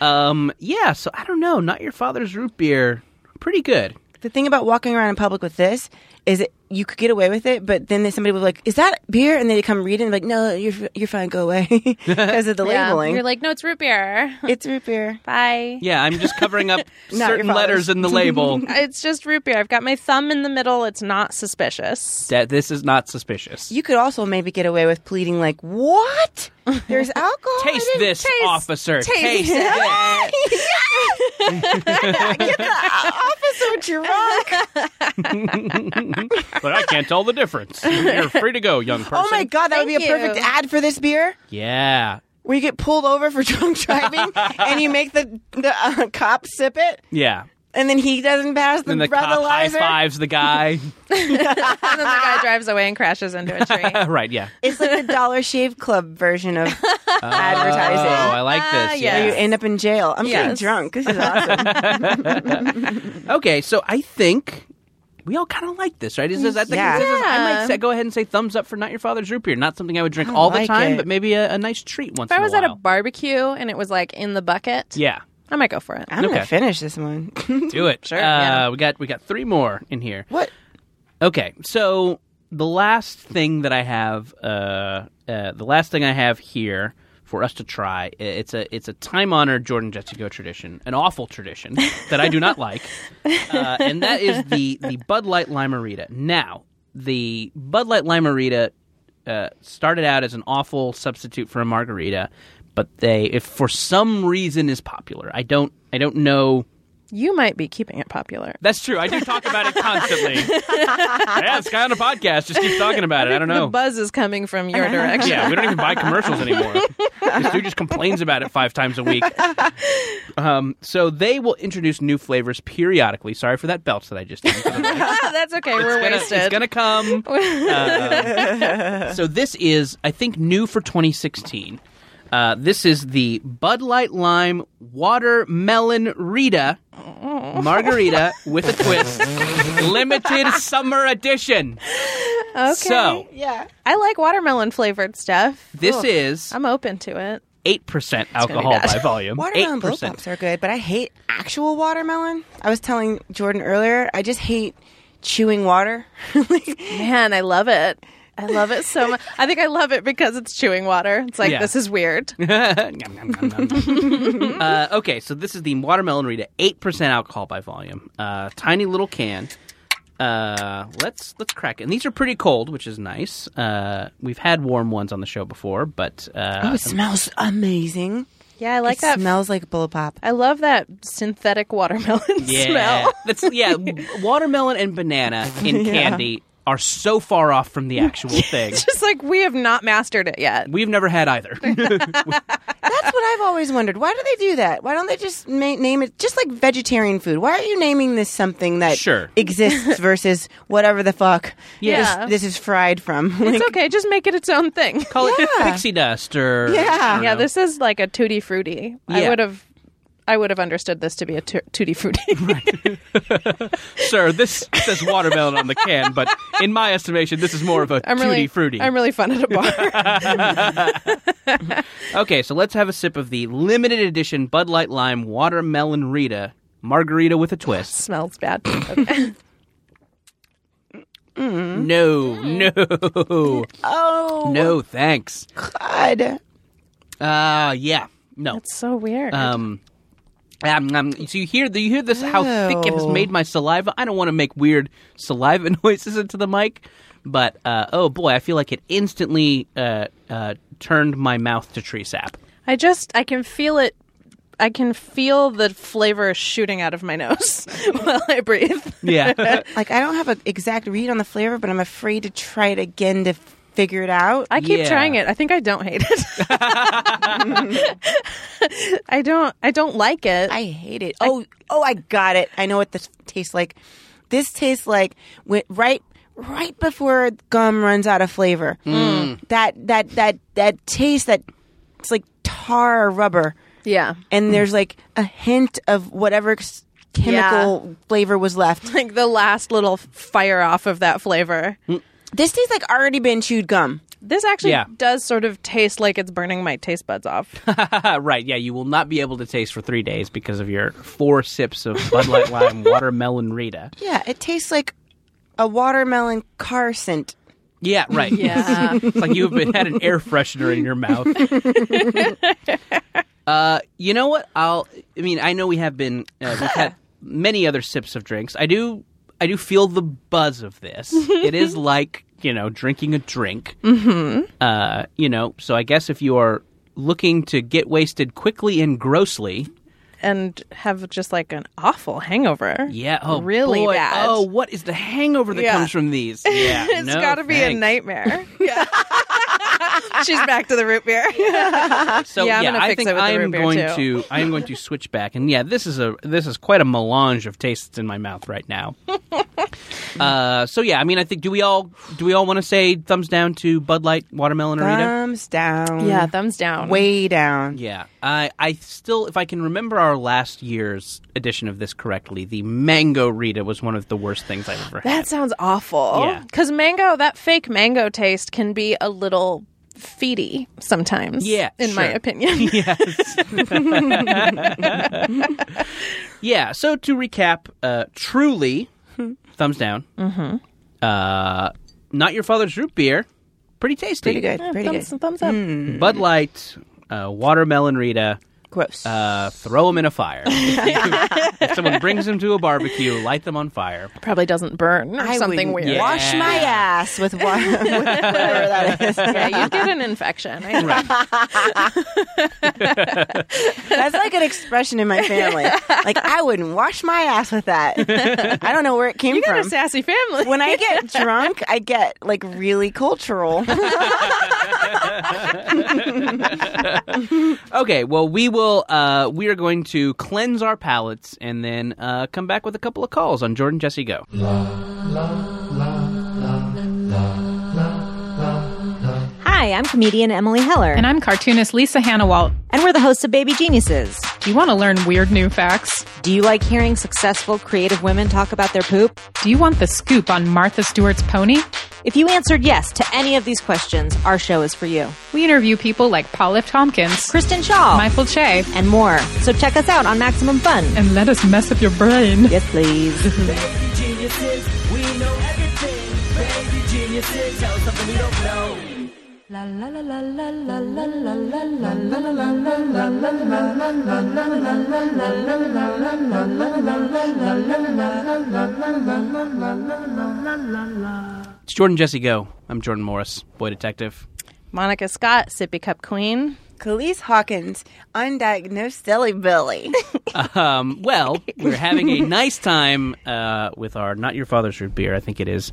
[SPEAKER 2] um, yeah. So I don't know. Not your father's root beer. Pretty good.
[SPEAKER 4] The thing about walking around in public with this is that you could get away with it, but then there's somebody would be like, "Is that beer?" And they come read it and be like, "No, you're you're fine. Go away," because of the
[SPEAKER 3] Yeah.
[SPEAKER 4] labeling.
[SPEAKER 3] You're like, no, it's root beer.
[SPEAKER 4] it's root beer.
[SPEAKER 3] Bye.
[SPEAKER 2] Yeah, I'm just covering up
[SPEAKER 4] Not your
[SPEAKER 2] certain
[SPEAKER 4] father's.
[SPEAKER 2] letters in the label.
[SPEAKER 3] It's just root beer. I've got my thumb in the middle. It's not suspicious.
[SPEAKER 2] that this is not suspicious.
[SPEAKER 4] You could also maybe get away with pleading like, "What? There's alcohol." I
[SPEAKER 2] taste
[SPEAKER 4] didn't
[SPEAKER 2] this,
[SPEAKER 4] taste-
[SPEAKER 2] officer. Taste, it.
[SPEAKER 4] Get the officer drunk.
[SPEAKER 2] But I can't tell the difference. You're free to go, young person.
[SPEAKER 4] Oh my god, that would
[SPEAKER 3] Thank
[SPEAKER 4] be a perfect
[SPEAKER 3] you.
[SPEAKER 4] ad for this beer.
[SPEAKER 2] Yeah.
[SPEAKER 4] Where you get pulled over for drunk driving and you make the the uh, cop sip it,
[SPEAKER 2] Yeah.
[SPEAKER 4] and then he doesn't pass the
[SPEAKER 2] And the cop high
[SPEAKER 4] breathalyzer.
[SPEAKER 2] fives the guy.
[SPEAKER 3] And then the guy drives away and crashes into a tree.
[SPEAKER 2] right, yeah.
[SPEAKER 4] It's like the Dollar Shave Club version of
[SPEAKER 2] Oh,
[SPEAKER 4] advertising.
[SPEAKER 2] I like
[SPEAKER 3] Ah,
[SPEAKER 2] this.
[SPEAKER 3] yes.
[SPEAKER 4] uh, You
[SPEAKER 2] yeah.
[SPEAKER 4] end up in jail. I'm getting
[SPEAKER 3] Yes.
[SPEAKER 4] drunk. This is awesome.
[SPEAKER 2] Okay, so I think we all kind of like this, right? Is this, I, think
[SPEAKER 4] Yeah.
[SPEAKER 2] this is- I might
[SPEAKER 3] Yeah.
[SPEAKER 2] say, go ahead and say thumbs up for not your father's root beer. Not something I would drink all the
[SPEAKER 4] like
[SPEAKER 2] time,
[SPEAKER 4] it.
[SPEAKER 2] but maybe a, a nice treat once
[SPEAKER 3] If I
[SPEAKER 2] in
[SPEAKER 3] was
[SPEAKER 2] a
[SPEAKER 3] at
[SPEAKER 2] while.
[SPEAKER 3] a barbecue and it was like in the bucket,
[SPEAKER 2] yeah, Ah.
[SPEAKER 3] I might go for it.
[SPEAKER 4] I'm
[SPEAKER 2] Okay.
[SPEAKER 4] gonna finish this one.
[SPEAKER 2] do it.
[SPEAKER 3] Sure,
[SPEAKER 2] Uh,
[SPEAKER 3] yeah.
[SPEAKER 2] We got we got three more in here.
[SPEAKER 4] what?
[SPEAKER 2] Okay, so the last thing that I have, uh, uh, the last thing I have here for us to try, i- it's a it's a time honored Jordan Jessico tradition, an awful tradition that I do not like, uh, and that is the the Bud Light Limerita. Now, the Bud Light Limerita uh, started out as an awful substitute for a margarita, but they, if for some reason, is popular. I don't I don't know.
[SPEAKER 3] You might be keeping it popular.
[SPEAKER 2] That's true. I do talk about it constantly. yeah, it's kind of a podcast. Just keep talking about it. I don't
[SPEAKER 3] The
[SPEAKER 2] know.
[SPEAKER 3] buzz is coming from your direction.
[SPEAKER 2] yeah, we don't even buy commercials anymore. this dude just complains about it five times a week. Um, so they will introduce new flavors periodically. Sorry for that belch that I just did. It's gonna-
[SPEAKER 3] That's okay. We're wasted.
[SPEAKER 2] It's gonna come. Um, so this is, I think, new for 2016. Uh, this is the Bud Light Lime Watermelon Rita Margarita with a twist, limited summer edition.
[SPEAKER 3] okay.
[SPEAKER 2] So
[SPEAKER 4] Yeah.
[SPEAKER 3] I like watermelon flavored stuff.
[SPEAKER 2] this is
[SPEAKER 3] I'm open to it.
[SPEAKER 2] eight percent
[SPEAKER 3] gonna be
[SPEAKER 2] alcohol
[SPEAKER 3] bad.
[SPEAKER 2] by volume.
[SPEAKER 4] Watermelon
[SPEAKER 2] Um, Eight
[SPEAKER 4] blow
[SPEAKER 2] percent.
[SPEAKER 4] pops are good, but I hate actual watermelon. I was telling Jordan earlier, I just hate chewing water. Like,
[SPEAKER 3] Man, I love it. I love it so much. I think I love it because it's chewing water. It's like
[SPEAKER 2] Yeah.
[SPEAKER 3] this is weird.
[SPEAKER 2] uh, okay, so this is the watermelon Rita, eight percent alcohol by volume, uh, tiny little can. Uh, let's let's crack it. And these are pretty cold, which is nice. Uh, we've had warm ones on the show before, but
[SPEAKER 4] oh,
[SPEAKER 2] uh,
[SPEAKER 4] it smells amazing.
[SPEAKER 3] Yeah, I like
[SPEAKER 4] it
[SPEAKER 3] that.
[SPEAKER 4] smells like bullet pop.
[SPEAKER 3] I love that synthetic watermelon
[SPEAKER 2] yeah,
[SPEAKER 3] smell.
[SPEAKER 2] that's yeah. Watermelon and banana in candy are so far off from the actual thing.
[SPEAKER 3] Just like we have not mastered it yet.
[SPEAKER 2] We've never had either.
[SPEAKER 4] That's what I've always wondered. Why do they do that? Why don't they just ma- name it just like vegetarian food? Why are you naming this something that
[SPEAKER 2] Sure.
[SPEAKER 4] exists versus whatever the fuck
[SPEAKER 3] Yeah.
[SPEAKER 4] this, this is fried from?
[SPEAKER 3] It's okay. Just make it its own thing.
[SPEAKER 2] Call it pixie dust or
[SPEAKER 4] Yeah.
[SPEAKER 3] Yeah, this is like a tutti frutti. I
[SPEAKER 2] Yeah.
[SPEAKER 3] would have, I would have understood this to be a tu- tutti frutti.
[SPEAKER 2] sir. This says watermelon on the can, but in my estimation, this is more of a
[SPEAKER 3] I'm
[SPEAKER 2] tutti
[SPEAKER 3] really
[SPEAKER 2] frutti.
[SPEAKER 3] I'm really fun at a bar.
[SPEAKER 2] Okay, so let's have a sip of the limited edition Bud Light Lime Watermelon Rita Margarita with a twist.
[SPEAKER 3] Smells bad. Okay.
[SPEAKER 2] No, no,
[SPEAKER 4] Hmm? Oh,
[SPEAKER 2] no, thanks.
[SPEAKER 4] God.
[SPEAKER 2] Uh, yeah, no.
[SPEAKER 3] It's so weird.
[SPEAKER 2] Um, um, um, so you hear the, you hear this how thick it has
[SPEAKER 4] Ew.
[SPEAKER 2] made my saliva. I don't want to make weird saliva noises into the mic, But uh, oh boy, I feel like it instantly uh, uh, turned my mouth to tree sap.
[SPEAKER 3] I just I can feel it. I can feel the flavor shooting out of my nose while I breathe.
[SPEAKER 2] Yeah,
[SPEAKER 4] Like I don't have an exact read on the flavor, but I'm afraid to try it again to f- figure it out.
[SPEAKER 3] I keep
[SPEAKER 2] Yeah.
[SPEAKER 3] trying it. I think I don't hate it. I don't. I don't like it.
[SPEAKER 4] I hate it. Oh, oh, I got it. I know what this tastes like. This tastes like when, right right before gum runs out of flavor.
[SPEAKER 3] Mm.
[SPEAKER 4] That that that that taste that it's like tar or rubber,
[SPEAKER 3] yeah.
[SPEAKER 4] and there's like a hint of whatever s- chemical flavor was left.
[SPEAKER 3] Like the last little fire off of that flavor.
[SPEAKER 4] This tastes like already been chewed gum.
[SPEAKER 3] This actually
[SPEAKER 2] Mm. Yeah.
[SPEAKER 3] does sort of taste like it's burning my taste buds off.
[SPEAKER 2] Uh, right. Yeah, you will not be able to taste for three days because of your four sips of Bud Light Lime Watermelon Rita.
[SPEAKER 4] Yeah, it tastes like a watermelon car scent.
[SPEAKER 2] Yeah, right.
[SPEAKER 3] Yeah.
[SPEAKER 2] It's like you've been had an air freshener in your mouth. uh, you know what? I'll. I mean, I know we have been. Uh, we've had many other sips of drinks. I do. I do feel the buzz of this. it is like you know drinking a drink. Mm-hmm. Uh, you know, so I guess if you are looking to get wasted quickly and grossly,
[SPEAKER 3] and have just like an awful hangover.
[SPEAKER 2] yeah, oh,
[SPEAKER 3] really
[SPEAKER 2] boy,
[SPEAKER 3] bad.
[SPEAKER 2] Oh, what is the hangover that
[SPEAKER 3] Yeah.
[SPEAKER 2] comes from these? Yeah,
[SPEAKER 3] it's
[SPEAKER 2] no,
[SPEAKER 3] got to be a
[SPEAKER 2] thanks.
[SPEAKER 3] nightmare. Yeah. She's back to the root beer.
[SPEAKER 2] So
[SPEAKER 3] Yeah,
[SPEAKER 2] yeah,
[SPEAKER 3] I'm gonna
[SPEAKER 2] I
[SPEAKER 3] fix
[SPEAKER 2] think
[SPEAKER 3] it with the
[SPEAKER 2] I'm
[SPEAKER 3] root beer,
[SPEAKER 2] going
[SPEAKER 3] too.
[SPEAKER 2] to I am going to switch back, and yeah, this is a this is quite a melange of tastes in my mouth right now. uh, so yeah, I mean, I think do we all do we all want to say thumbs down to Bud Light Watermelon Arita?
[SPEAKER 4] Thumbs down.
[SPEAKER 3] Yeah, thumbs down.
[SPEAKER 4] way down.
[SPEAKER 2] Yeah, I I still if I can remember our last year's edition of this correctly, the mango Rita was one of the worst things I've ever had.
[SPEAKER 3] That sounds awful.
[SPEAKER 2] Yeah.
[SPEAKER 3] Because mango, that fake mango taste can be a little feety sometimes.
[SPEAKER 2] Yeah,
[SPEAKER 3] In my
[SPEAKER 2] sure.
[SPEAKER 3] opinion.
[SPEAKER 2] yes. yeah. So to recap, uh, truly, thumbs down. Mm-hmm. Uh, not your father's root beer. Pretty Hmm. tasty. Mm-hmm.
[SPEAKER 4] Pretty good. Pretty good.
[SPEAKER 3] thumbs, thumbs up.
[SPEAKER 2] Bud Light, uh, watermelon Rita.
[SPEAKER 4] Gross.
[SPEAKER 2] Uh, throw them in a fire. if someone brings them to a barbecue, light them on fire.
[SPEAKER 3] Probably doesn't burn or
[SPEAKER 4] I
[SPEAKER 3] something
[SPEAKER 4] would
[SPEAKER 3] weird.
[SPEAKER 2] Yeah.
[SPEAKER 4] Wash my ass with water. whatever that is.
[SPEAKER 3] Yeah, you'd get an infection. I know.
[SPEAKER 4] That's like an expression in my family. Like I wouldn't wash my ass with that. I don't know where it came
[SPEAKER 3] You got a
[SPEAKER 4] from.
[SPEAKER 3] sassy family.
[SPEAKER 4] when I get drunk, I get like really cultural.
[SPEAKER 2] Okay, well, we will. Uh, we are going to cleanse our palates and then uh, come back with a couple of calls on Jordan Jesse Go.
[SPEAKER 5] Hi, I'm comedian Emily Heller,
[SPEAKER 6] And I'm cartoonist Lisa Hannah Walt.
[SPEAKER 5] and we're the hosts of Baby Geniuses.
[SPEAKER 6] Do you want to learn weird new facts?
[SPEAKER 5] Do you like hearing successful, creative women talk about their poop?
[SPEAKER 6] Do you want the scoop on Martha Stewart's pony?
[SPEAKER 5] If you answered yes to any of these questions, our show is for you.
[SPEAKER 6] We interview people like Paul F. Tompkins,
[SPEAKER 5] Kristen Shaw,
[SPEAKER 6] Michael Che,
[SPEAKER 5] and more. So check us out on Maximum Fun.
[SPEAKER 6] and let us mess up your brain.
[SPEAKER 5] Yes, please.
[SPEAKER 1] La la la la la la la la la la.
[SPEAKER 2] It's Jordan Jesse Go. I'm Jordan Morris, boy detective.
[SPEAKER 3] Monica Scott, sippy cup queen.
[SPEAKER 4] Khalees Hawkins, undiagnosed silly Billy.
[SPEAKER 2] Um, well, we're having a nice time uh, with our not your father's root beer. I think it is.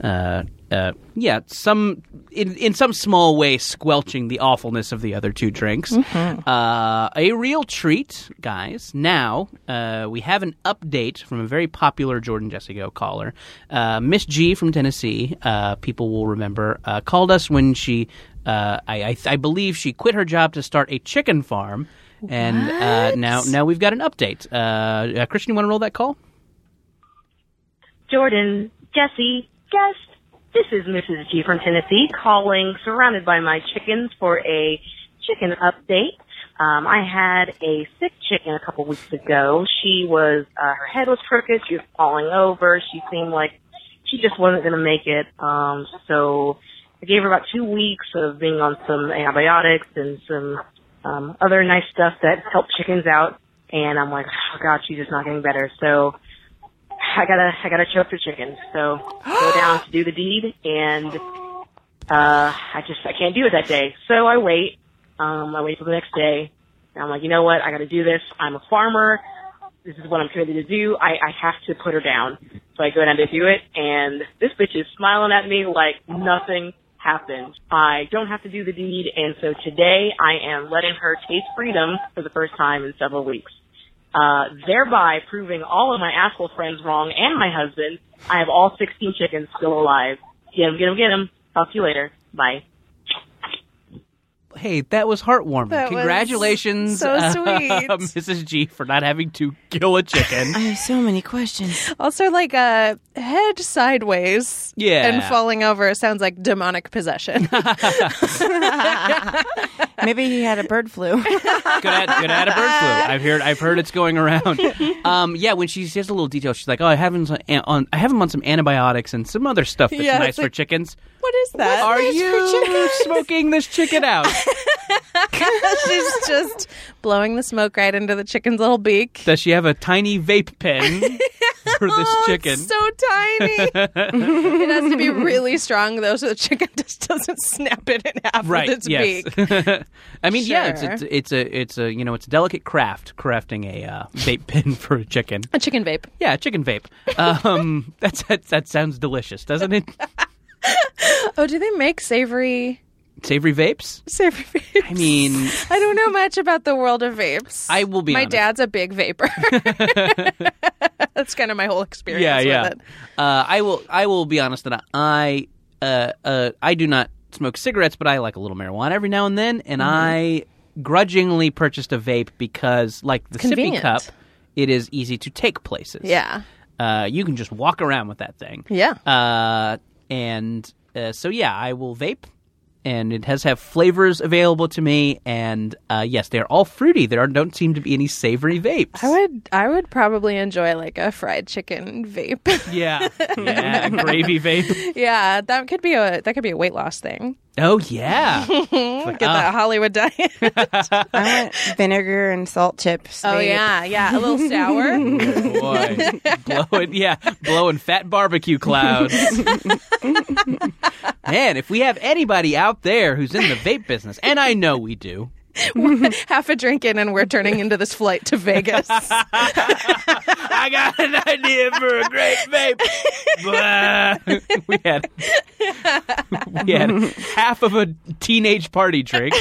[SPEAKER 2] Uh, uh, yeah, some in in some small way squelching the awfulness of the other two drinks. Uh, a real treat, guys. Now uh, we have an update from a very popular Jordan Jessica caller, uh, Miss G from Tennessee. Uh, people will remember uh, called us when she. Uh, I, I, I believe she quit her job to start a chicken farm, and uh, now now we've got an update. Uh, uh, Christian, you want to roll that call?
[SPEAKER 7] Jordan, Jesse, guest. This is Mrs. G from Tennessee calling, surrounded by my chickens for a chicken update. Um, I had a sick chicken a couple weeks ago. She was, uh, her head was crooked. She was falling over. She seemed like she just wasn't going to make it. Um, so I gave her about two weeks of being on some antibiotics and some um, other nice stuff that help chickens out. And I'm like, oh God, she's just not getting better. So I gotta, I gotta choke the chicken. So go down to do the deed, and uh, I just, I can't do it that day. So I wait. Um, I wait till the next day. And I'm like, you know what? I gotta do this. I'm a farmer. This is what I'm committed to do. I, I have to put her down. So I go down to do it, and this bitch is smiling at me like nothing happened. I don't have to do the deed, and so today I am letting her taste freedom for the first time in several weeks uh, thereby proving all of my asshole friends wrong and my husband. I have all 16 chickens still alive. Get 'em, get 'em, get 'em. Talk to you later. Bye.
[SPEAKER 2] Hey, that was heartwarming.
[SPEAKER 3] That was
[SPEAKER 2] Congratulations,
[SPEAKER 3] so
[SPEAKER 2] uh,
[SPEAKER 3] sweet.
[SPEAKER 2] Mrs. G, for not having to kill a chicken.
[SPEAKER 4] I have so many questions.
[SPEAKER 3] Also, like a head sideways,
[SPEAKER 2] Yeah.
[SPEAKER 3] and falling over sounds like demonic possession.
[SPEAKER 4] Maybe he had a bird flu.
[SPEAKER 2] good at good at a bird flu. I've heard I've heard it's going around. Um, yeah, when she says a little detail, she's like, "Oh, I have him on, on I have him on some antibiotics and some other stuff that's
[SPEAKER 3] Yeah,
[SPEAKER 2] nice
[SPEAKER 3] it's
[SPEAKER 2] for
[SPEAKER 3] like-
[SPEAKER 2] chickens."
[SPEAKER 3] what is that?
[SPEAKER 2] Are you smoking this chicken out?
[SPEAKER 3] She's just blowing the smoke right into the chicken's little beak.
[SPEAKER 2] Does she have a tiny vape pen for this chicken?
[SPEAKER 3] Oh, It's so tiny. it has to be really strong though, so the chicken just doesn't snap it in half
[SPEAKER 2] right.
[SPEAKER 3] with its
[SPEAKER 2] yes.
[SPEAKER 3] beak.
[SPEAKER 2] I mean, yeah, it's,
[SPEAKER 3] Sure.
[SPEAKER 2] it's it's a it's a you know it's a delicate craft crafting a uh, vape pen for a chicken.
[SPEAKER 3] A chicken vape.
[SPEAKER 2] Yeah, chicken vape. Um, that's that, that sounds delicious, doesn't it?
[SPEAKER 3] Oh, do they make savory
[SPEAKER 2] Savory vapes.
[SPEAKER 3] savory vapes?
[SPEAKER 2] I mean,
[SPEAKER 3] I don't know much about the world of vapes.
[SPEAKER 2] I will be
[SPEAKER 3] My
[SPEAKER 2] honest.
[SPEAKER 3] dad's a big vapor. That's kind of my whole experience.
[SPEAKER 2] yeah,
[SPEAKER 3] with
[SPEAKER 2] yeah.
[SPEAKER 3] It.
[SPEAKER 2] Uh, I will. I will be honest that I, uh, uh, I do not smoke cigarettes, but I like a little marijuana every now and then, and
[SPEAKER 3] Mm-hmm.
[SPEAKER 2] I grudgingly purchased a vape because, like the sippy
[SPEAKER 3] Convenient.
[SPEAKER 2] cup, it is easy to take places.
[SPEAKER 3] Yeah.
[SPEAKER 2] Uh, you can just walk around with that thing.
[SPEAKER 3] Yeah.
[SPEAKER 2] Uh, and uh, so yeah, I will vape. And it has have flavors available to me, and uh, yes, they are all fruity. There are, don't seem to be any savory vapes.
[SPEAKER 3] I would I would probably enjoy like a fried chicken vape.
[SPEAKER 2] yeah, yeah, gravy vape.
[SPEAKER 3] yeah, that could be a that could be a weight loss thing.
[SPEAKER 2] Oh yeah, It's like,
[SPEAKER 3] Get
[SPEAKER 2] ah,
[SPEAKER 3] that Hollywood diet.
[SPEAKER 4] I want vinegar and salt chips.
[SPEAKER 3] oh
[SPEAKER 4] babe.
[SPEAKER 3] yeah, yeah, a little sour.
[SPEAKER 2] boy, blowing yeah, blowing fat barbecue clouds. Man, if we have anybody out there who's in the vape business, and I know we do,
[SPEAKER 3] Half a drink in and we're turning into this flight to Vegas.
[SPEAKER 2] I got an idea for a great vape. we had we had half of a teenage party drink.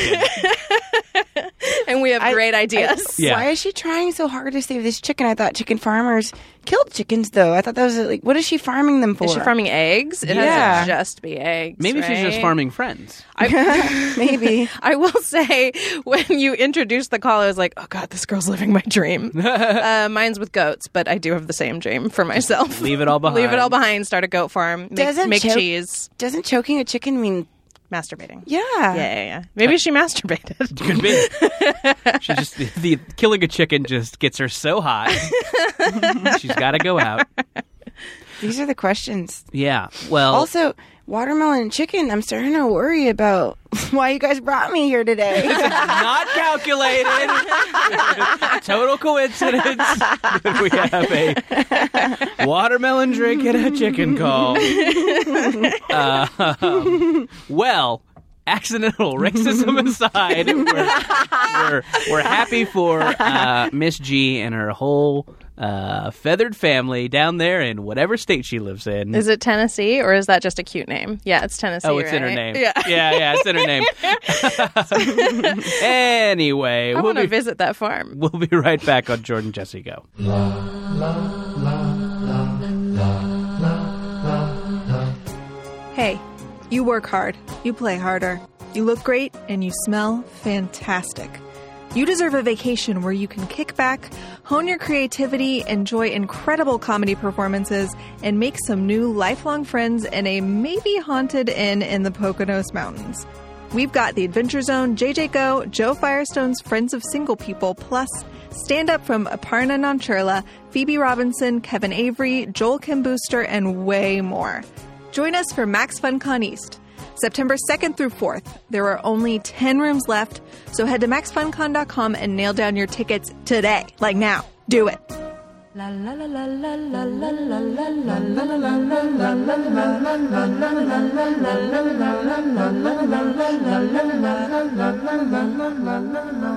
[SPEAKER 3] and we have great ideas.
[SPEAKER 2] Yeah.
[SPEAKER 4] Why is she trying so hard to save this chicken? I thought chicken farmers killed chickens, though. I thought that was like, what is she farming them for?
[SPEAKER 3] Is she farming eggs? It
[SPEAKER 4] Yeah.
[SPEAKER 3] has to just be eggs.
[SPEAKER 2] Maybe she's just
[SPEAKER 3] right?
[SPEAKER 2] farming friends.
[SPEAKER 4] Maybe.
[SPEAKER 3] I will say, when you introduced the call, I was like, oh God, this girl's living my dream. uh, mine's with goats, but I do have the same dream for myself.
[SPEAKER 2] Leave it all behind.
[SPEAKER 3] Leave it all behind, start a goat farm, make,
[SPEAKER 4] Doesn't
[SPEAKER 3] make
[SPEAKER 4] choke-
[SPEAKER 3] cheese,
[SPEAKER 4] Doesn't choking a chicken mean?
[SPEAKER 3] masturbating.
[SPEAKER 4] Yeah.
[SPEAKER 3] Yeah, yeah, yeah. Maybe she masturbated.
[SPEAKER 2] Could be. she just the, the killing a chicken just gets her so hot. She's got to go out.
[SPEAKER 4] These are the questions.
[SPEAKER 2] Yeah. Well,
[SPEAKER 4] Also, watermelon and chicken. I'm starting to worry about why you guys brought me here today.
[SPEAKER 2] not calculated. Total coincidence that we have a watermelon drink and a chicken call. Um, well, accidental racism aside, we're, we're, we're happy for uh, Miss G and her whole uh, feathered family down there in whatever state she lives in.
[SPEAKER 3] Is it Tennessee or is that just a cute name? Yeah, it's Tennessee.
[SPEAKER 2] Oh, it's in her
[SPEAKER 3] right?
[SPEAKER 2] name.
[SPEAKER 3] Yeah.
[SPEAKER 2] yeah, yeah, it's in her name. anyway,
[SPEAKER 3] I
[SPEAKER 2] we'll
[SPEAKER 3] want to
[SPEAKER 2] be
[SPEAKER 3] visit that farm.
[SPEAKER 2] We'll be right back on Jordan Jesse Go.
[SPEAKER 8] Hey, you work hard, you play harder, you look great, and you smell fantastic. You deserve a vacation where you can kick back, hone your creativity, enjoy incredible comedy performances, and make some new lifelong friends in a maybe haunted inn in the Poconos Mountains. We've got the Adventure Zone, JJ Go, Joe Firestone's Friends of Single People, plus stand up from Aparna Nancherla, Phoebe Robinson, Kevin Avery, Joel Kim Booster, and way more. Join us for Max FunCon East, September 2nd through 4th. There are only 10 rooms left, so head to maxfuncon.com and nail down your tickets today, like now. Do it.
[SPEAKER 1] La la la la la la la la la la la la la la la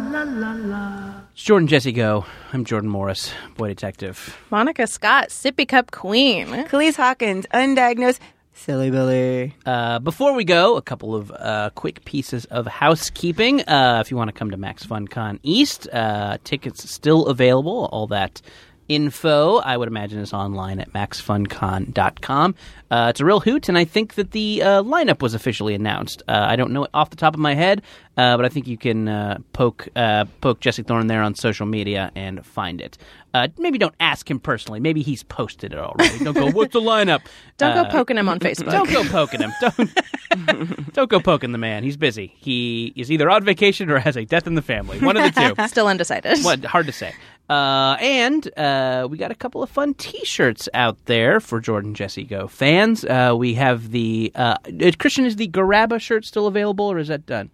[SPEAKER 2] It's Jordan Jesse Go. I'm Jordan Morris, boy detective.
[SPEAKER 3] Monica Scott, sippy cup queen.
[SPEAKER 4] Khalees Hawkins, undiagnosed. Silly Billy.
[SPEAKER 2] Uh, before we go, a couple of uh, quick pieces of housekeeping. Uh, if you want to come to Max FunCon East, uh, tickets still available. All that info, I would imagine, is online at maxfuncon.com. Uh, it's a real hoot, and I think that the uh, lineup was officially announced. Uh, I don't know it off the top of my head, uh, but I think you can uh, poke uh, poke Jesse Thorne there on social media and find it. Uh, maybe don't ask him personally. Maybe he's posted it already. Don't go, what's the lineup?
[SPEAKER 3] Don't
[SPEAKER 2] Uh,
[SPEAKER 3] go poking him on Facebook.
[SPEAKER 2] Don't go poking him. Don't don't go poking the man. He's busy. He is either on vacation or has a death in the family. One of the two.
[SPEAKER 3] Still undecided.
[SPEAKER 2] What? Hard to say. Uh, and uh, we got a couple of fun T-shirts out there for Jordan Jesse Go fans. Uh, we have the uh, is- Christian. Is the Garaba shirt still available, or is that done?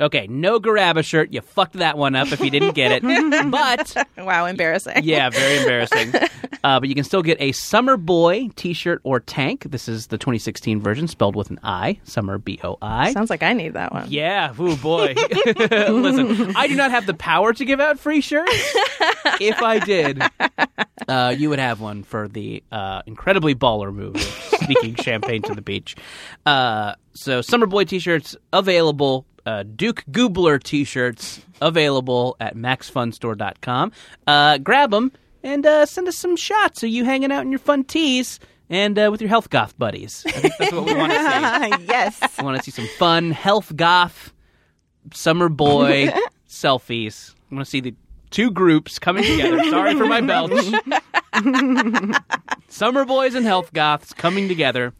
[SPEAKER 2] Okay, no Garaba shirt. You fucked that one up if you didn't get it. but
[SPEAKER 3] Wow, embarrassing.
[SPEAKER 2] yeah, very embarrassing. Uh, but you can still get a Summer Boy T-shirt or tank. This is the 2016 version, spelled with an I. Summer B O I.
[SPEAKER 3] Sounds like I need that one.
[SPEAKER 2] Yeah, oh boy. Listen, I do not have the power to give out free shirts. If I did, uh, you would have one for the uh, incredibly baller movie, Sneaking Champagne to the Beach. Uh, so, Summer Boy t shirts available. Uh, Duke Goobler t shirts available at maxfunstore.com. Uh, grab them and uh, send us some shots of you hanging out in your fun tees and uh, with your health goth buddies. I think that's what we want to see.
[SPEAKER 4] yes.
[SPEAKER 2] I want to see some fun health goth summer boy selfies. I want to see the two groups coming together. Sorry for my belch. summer boys and health goths coming together.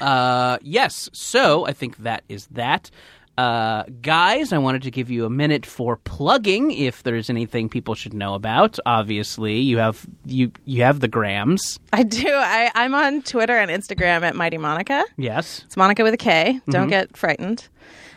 [SPEAKER 2] Uh, yes, so I think that is that. Uh, guys, I wanted to give you a minute for plugging. If there's anything people should know about, obviously you have you you have the grams.
[SPEAKER 3] I do. I, I'm on Twitter and Instagram at Mighty Monica.
[SPEAKER 2] Yes,
[SPEAKER 3] It's Monica with a K. Don't get frightened.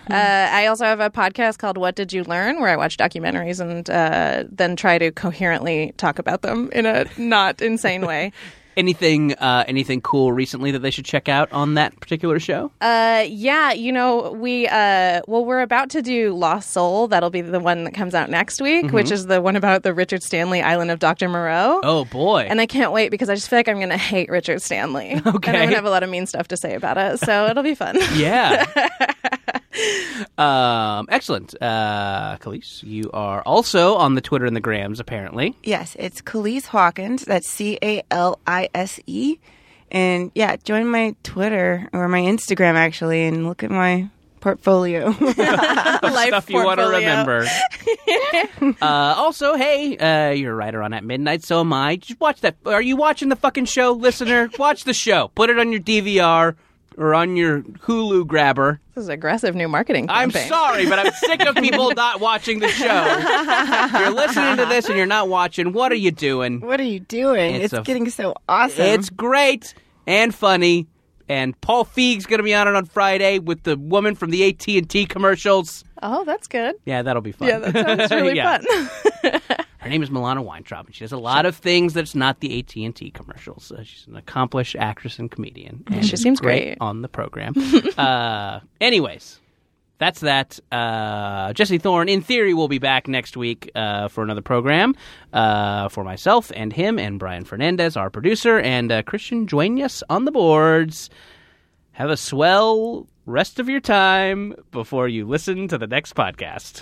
[SPEAKER 3] Uh, I also have a podcast called What Did You Learn, where I watch documentaries and uh, then try to coherently talk about them in a not insane way.
[SPEAKER 2] anything uh, anything cool recently that they should check out on that particular show?
[SPEAKER 3] Uh, yeah, you know, we, uh, well, we're about to do Lost Soul. That'll be the one that comes out next week, which is the one about the Richard Stanley Island of Dr. Moreau.
[SPEAKER 2] Oh boy!
[SPEAKER 3] And I can't wait because I just feel like I'm going to hate Richard Stanley. Okay. And I'm going to have a lot of mean stuff to say about it. So it'll be fun.
[SPEAKER 2] Yeah. um, excellent. Uh, Khalees, you are also on the Twitter and the Grams, apparently.
[SPEAKER 4] Yes, it's Khalees Hawkins. That's C A L I S E. And yeah, join my Twitter or my Instagram actually and look at my portfolio.
[SPEAKER 3] Life
[SPEAKER 2] Stuff you want to
[SPEAKER 3] portfolio.
[SPEAKER 2] remember. uh, also, hey, uh, you're a writer on At Midnight, so am I. Just watch that. Are you watching the fucking show, listener? Watch the show. Put it on your DVR or on your Hulu grabber.
[SPEAKER 3] This is aggressive new marketing
[SPEAKER 2] I'm
[SPEAKER 3] campaign.
[SPEAKER 2] sorry, but I'm sick of people not watching the show. If you're listening to this and you're not watching, what are you doing?
[SPEAKER 4] what are you doing?
[SPEAKER 2] It's
[SPEAKER 4] It's,
[SPEAKER 2] a-
[SPEAKER 4] getting so awesome.
[SPEAKER 2] It's great and funny. And Paul Feig's going to be on it on Friday with the woman from the AT and T commercials.
[SPEAKER 3] Oh, that's good.
[SPEAKER 2] Yeah, that'll be fun.
[SPEAKER 3] Yeah, that sounds really
[SPEAKER 2] Yeah.
[SPEAKER 3] fun.
[SPEAKER 2] Her name is Milana Weintraub, and she does a lot of things that's not the AT and T commercials. Uh, she's an accomplished actress and comedian. And
[SPEAKER 3] She
[SPEAKER 2] is
[SPEAKER 3] seems
[SPEAKER 2] great,
[SPEAKER 3] great.
[SPEAKER 2] on the program. uh, anyways, that's that. Uh, Jesse Thorne, in theory, will be back next week uh, for another program uh, for myself and him and Brian Fernandez, our producer, and uh, Christian Duenas on the boards. Have a swell rest of your time before you listen to the next podcast.